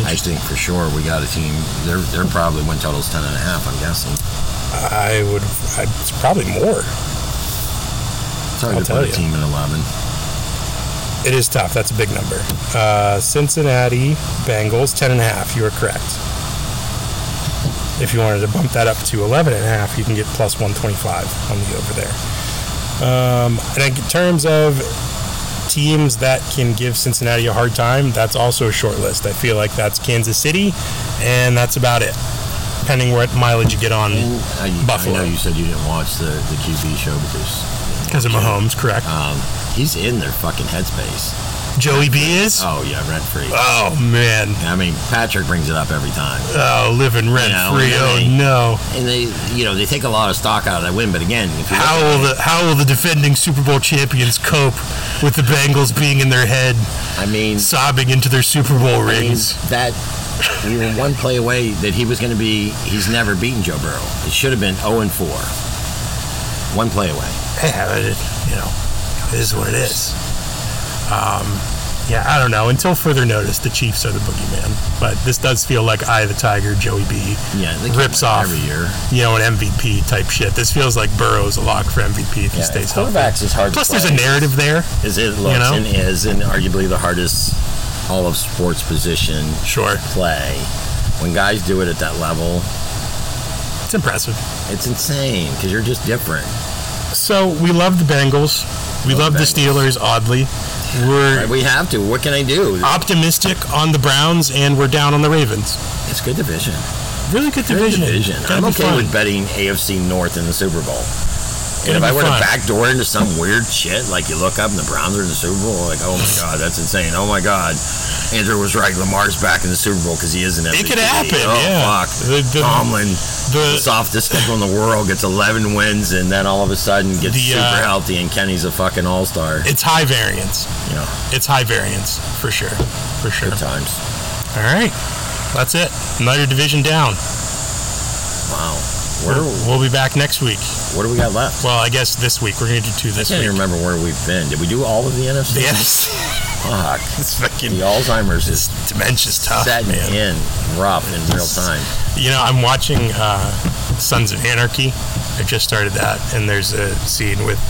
Speaker 2: I think for sure we got a team. They're they're probably win totals ten and a half. I'm guessing.
Speaker 1: I would. I, it's probably more.
Speaker 2: It's hard
Speaker 1: I'll
Speaker 2: to
Speaker 1: tell
Speaker 2: put a
Speaker 1: you.
Speaker 2: team in eleven.
Speaker 1: It is tough. That's a big number. Uh, Cincinnati Bengals, 10 and a half. You are correct. If you wanted to bump that up to 11 and a half, you can get plus 125 on the over there. Um, and in terms of teams that can give Cincinnati a hard time, that's also a short list. I feel like that's Kansas City, and that's about it. Depending what mileage you get on
Speaker 2: And I, I
Speaker 1: Buffalo.
Speaker 2: know you said you didn't watch the the QB show because
Speaker 1: because of Mahomes, correct?
Speaker 2: um, he's in their fucking headspace.
Speaker 1: Joey B is.
Speaker 2: Oh yeah, rent free.
Speaker 1: Oh man.
Speaker 2: I mean, Patrick brings it up every time.
Speaker 1: Oh, living rent
Speaker 2: Yeah,
Speaker 1: free.
Speaker 2: really.
Speaker 1: Oh no.
Speaker 2: And they, you know, they take a lot of stock out of that win. But again, if you look
Speaker 1: How
Speaker 2: at
Speaker 1: will
Speaker 2: it,
Speaker 1: the how will the defending Super Bowl champions cope with the Bengals being in their head,
Speaker 2: I mean,
Speaker 1: sobbing into their Super Bowl
Speaker 2: I mean,
Speaker 1: rings?
Speaker 2: that we were one play away that he was going to be. He's never beaten Joe Burrow. It should have been zero and four. One play away.
Speaker 1: Yeah, it, you know, it is what it is. Um, yeah, I don't know. Until further notice, the Chiefs are the boogeyman. But this does feel like I, the Tiger, Joey B,
Speaker 2: Yeah, they keep
Speaker 1: Rips
Speaker 2: winning
Speaker 1: off.
Speaker 2: every year.
Speaker 1: you know, an MVP type shit. This feels like Burrow's a lock for MVP if he
Speaker 2: Yeah,
Speaker 1: stays healthy.
Speaker 2: quarterbacks is hard.
Speaker 1: Plus,
Speaker 2: to
Speaker 1: there's
Speaker 2: play.
Speaker 1: a narrative there.
Speaker 2: Is it looks
Speaker 1: know?
Speaker 2: and is and arguably the hardest all of sports position
Speaker 1: Sure,
Speaker 2: play. When guys do it at that level,
Speaker 1: it's impressive.
Speaker 2: it's insane because you're just different.
Speaker 1: So we love the Bengals. We love
Speaker 2: Love the
Speaker 1: the
Speaker 2: Bengals.
Speaker 1: Steelers. Oddly, we're
Speaker 2: Right, We have to. What can I do?
Speaker 1: optimistic on the Browns and we're down on the Ravens.
Speaker 2: It's good division.
Speaker 1: Really good
Speaker 2: Good
Speaker 1: division.
Speaker 2: division.
Speaker 1: Gotta
Speaker 2: I'm
Speaker 1: be
Speaker 2: okay
Speaker 1: fun.
Speaker 2: with betting AFC North in the Super Bowl. And
Speaker 1: Gotta
Speaker 2: if
Speaker 1: be
Speaker 2: I were
Speaker 1: fun.
Speaker 2: to backdoor into some weird shit, like you look up and the Browns are in the Super Bowl, like, oh my God, that's insane. Oh my God. Andrew was right. Lamar's back in the Super Bowl because he is an MVP.
Speaker 1: It could happen.
Speaker 2: Oh,
Speaker 1: yeah.
Speaker 2: fuck. Um,
Speaker 1: The, the,
Speaker 2: Tomlin,
Speaker 1: the,
Speaker 2: the softest schedule in the world, gets 11 wins, and then all of a sudden gets
Speaker 1: The,
Speaker 2: super
Speaker 1: uh,
Speaker 2: healthy, and Kenny's a fucking all star.
Speaker 1: it's high variance.
Speaker 2: You know,
Speaker 1: It's high variance for sure. For sure.
Speaker 2: good times.
Speaker 1: All right. That's it. Another division down.
Speaker 2: Wow. Where,
Speaker 1: We're, we'll be back next week.
Speaker 2: what do we got left?
Speaker 1: Well, I guess this week. We're going to do two
Speaker 2: I
Speaker 1: this
Speaker 2: can't
Speaker 1: week.
Speaker 2: even remember where we've been. Did we do all of the NFC?
Speaker 1: <laughs> Yes. <laughs>
Speaker 2: Fuck.
Speaker 1: It's fucking
Speaker 2: The Alzheimer's is
Speaker 1: dementia's tough,
Speaker 2: setting
Speaker 1: man.
Speaker 2: in rough in real time.
Speaker 1: You know, I'm watching uh, Sons of Anarchy. I just started that, and there's a scene with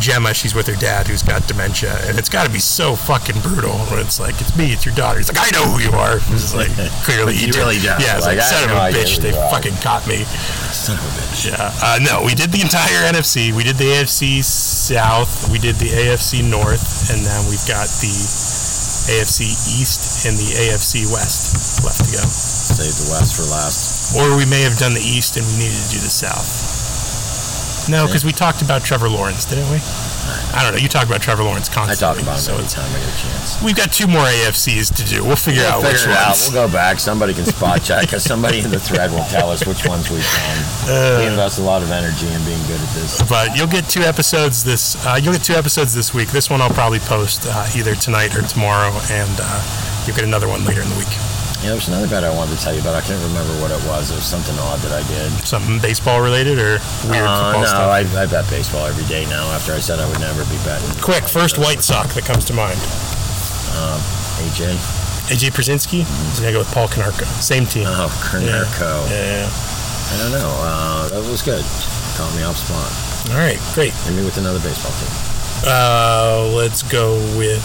Speaker 1: Gemma. She's with her dad, who's got dementia, and it's got to be so fucking brutal. When it's like, it's me, it's your daughter. He's like, I know who you are. It's
Speaker 2: <laughs>
Speaker 1: like, clearly
Speaker 2: You
Speaker 1: you, do.
Speaker 2: really don't.
Speaker 1: Yeah, it's
Speaker 2: Like,
Speaker 1: like,
Speaker 2: I
Speaker 1: son of
Speaker 2: have no
Speaker 1: a
Speaker 2: idea
Speaker 1: bitch,
Speaker 2: who
Speaker 1: they
Speaker 2: you are."
Speaker 1: fucking caught me.
Speaker 2: Son of a bitch.
Speaker 1: Yeah. Uh, no, we did the entire NFC. We did the AFC South. We did the AFC North, and now we've got the AFC East and the AFC West left to go.
Speaker 2: Save the West for last.
Speaker 1: Or we may have done the East and we needed to do the South. No, because we talked about Trevor Lawrence, didn't we?
Speaker 2: I
Speaker 1: I don't know. You talk about Trevor Lawrence
Speaker 2: I
Speaker 1: constantly.
Speaker 2: talk about him
Speaker 1: so
Speaker 2: every
Speaker 1: it's-
Speaker 2: time I get a chance.
Speaker 1: We've got two more AFCs to do. We'll figure out
Speaker 2: We'll
Speaker 1: which
Speaker 2: figure it out.
Speaker 1: ones.
Speaker 2: We'll go back. Somebody can spot check because somebody in the thread will tell us which ones we've done.
Speaker 1: Uh.
Speaker 2: we invest a lot of energy in being good at this.
Speaker 1: But you'll get two episodes this. Uh, you'll get two episodes this week. This one I'll probably post uh, either tonight or tomorrow, and uh, you'll get another one later in the week.
Speaker 2: Yeah, there's another bet I wanted to tell you about. I can't remember what it was. It was something odd that I did.
Speaker 1: Something baseball related or weird
Speaker 2: Uh,
Speaker 1: football
Speaker 2: no,
Speaker 1: stuff.
Speaker 2: I, I bet baseball every day now. After I said I would never be betting.
Speaker 1: Quick, first white sock that comes to mind.
Speaker 2: AJ.
Speaker 1: AJ Przinski. He's gonna go with Paul Konarka. Same team.
Speaker 2: Oh, Kerner Co.
Speaker 1: Yeah.
Speaker 2: I don't know. Uh, that was good. Caught me off spot.
Speaker 1: All right. Great.
Speaker 2: Hit me with another baseball team.
Speaker 1: Uh, let's go with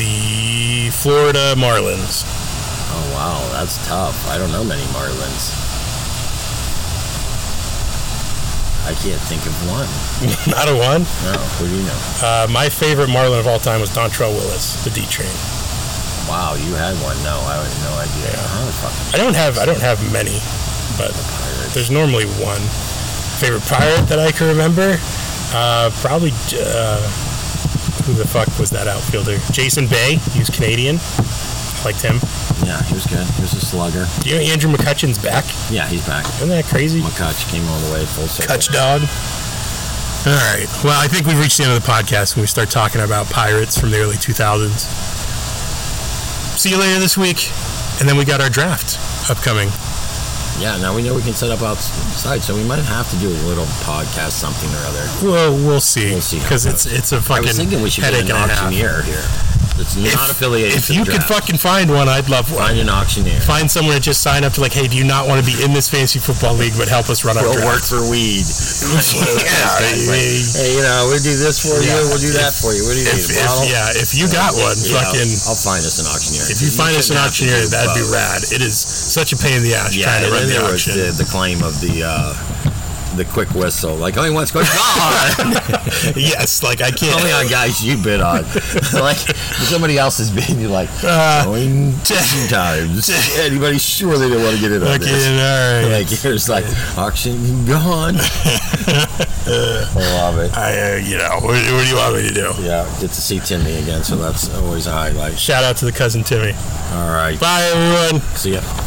Speaker 1: the Florida Marlins. <laughs>
Speaker 2: Oh wow, that's tough. I don't know many Marlins. I can't think of one.
Speaker 1: Not a one.
Speaker 2: No, who do you know?
Speaker 1: Uh, my favorite Marlin of all time was Dontrell Willis, the D Train.
Speaker 2: Wow, you had one. No, I had no idea.
Speaker 1: Yeah.
Speaker 2: How the fuck did
Speaker 1: I don't have I don't have many, but
Speaker 2: the Pirates?
Speaker 1: there's normally one. Favorite pirate that I can remember, uh, probably uh, who the fuck was that outfielder? Jason Bay. He was Canadian. Liked him.
Speaker 2: Yeah, he was good. He was a slugger.
Speaker 1: Do you know Andrew McCutcheon's back?
Speaker 2: Yeah, he's back.
Speaker 1: Isn't that crazy?
Speaker 2: McCutch came all the way full circle.
Speaker 1: Cutch dog. All right. Well, I think we've reached the end of the podcast when we start talking about pirates from the early 2000s. See you later this week, and then we got our draft upcoming.
Speaker 2: Yeah, now we know we can set up outside, so we might have to do a little podcast, something or other.
Speaker 1: Well, we'll see
Speaker 2: We'll see how
Speaker 1: because
Speaker 2: it
Speaker 1: it's it's a
Speaker 2: I
Speaker 1: fucking
Speaker 2: was thinking we should get
Speaker 1: headache
Speaker 2: an
Speaker 1: and a half.
Speaker 2: auctioneer here. That's
Speaker 1: If-
Speaker 2: not affiliated.
Speaker 1: If
Speaker 2: to
Speaker 1: you
Speaker 2: the
Speaker 1: could
Speaker 2: draft.
Speaker 1: fucking find one, I'd love one.
Speaker 2: find an auctioneer,
Speaker 1: Find someone to just sign up to like, hey, do you not want to be in this fantasy football league, but help us run our
Speaker 2: we'll work
Speaker 1: draft?
Speaker 2: for
Speaker 1: <laughs>
Speaker 2: weed.
Speaker 1: yeah,
Speaker 2: Exactly. Hey, you know, we'll do this for
Speaker 1: Yeah.
Speaker 2: you. We'll do that
Speaker 1: If-
Speaker 2: for you. What do you
Speaker 1: if,
Speaker 2: need? A
Speaker 1: if-
Speaker 2: bottle?
Speaker 1: yeah, if you got one,
Speaker 2: You know,
Speaker 1: fucking.
Speaker 2: I'll find us an auctioneer.
Speaker 1: If you find us an
Speaker 2: shouldn't have to
Speaker 1: auctioneer,
Speaker 2: do
Speaker 1: that'd be
Speaker 2: both.
Speaker 1: rad. It is such a pain in the ass
Speaker 2: Yeah,
Speaker 1: trying to
Speaker 2: and
Speaker 1: run
Speaker 2: then
Speaker 1: the
Speaker 2: there was
Speaker 1: auction.
Speaker 2: the, the claim of the uh, the quick whistle, like "Oh, only one's
Speaker 1: <laughs>
Speaker 2: going on.
Speaker 1: yes, like I can't. <laughs>
Speaker 2: only on guys you bid <laughs> on. like somebody else is bidding, you're like
Speaker 1: Uh,
Speaker 2: going <laughs> ten times. Anybody sure they don't want to get in on
Speaker 1: fucking
Speaker 2: this?
Speaker 1: all right.
Speaker 2: Like here's like auction gone. <laughs> I love it.
Speaker 1: I, uh, you know, what, what do you want me to do?
Speaker 2: Yeah, get to see Timmy again, so that's always a highlight.
Speaker 1: Shout out to the cousin Timmy.
Speaker 2: All right,
Speaker 1: Bye, everyone.
Speaker 2: see ya.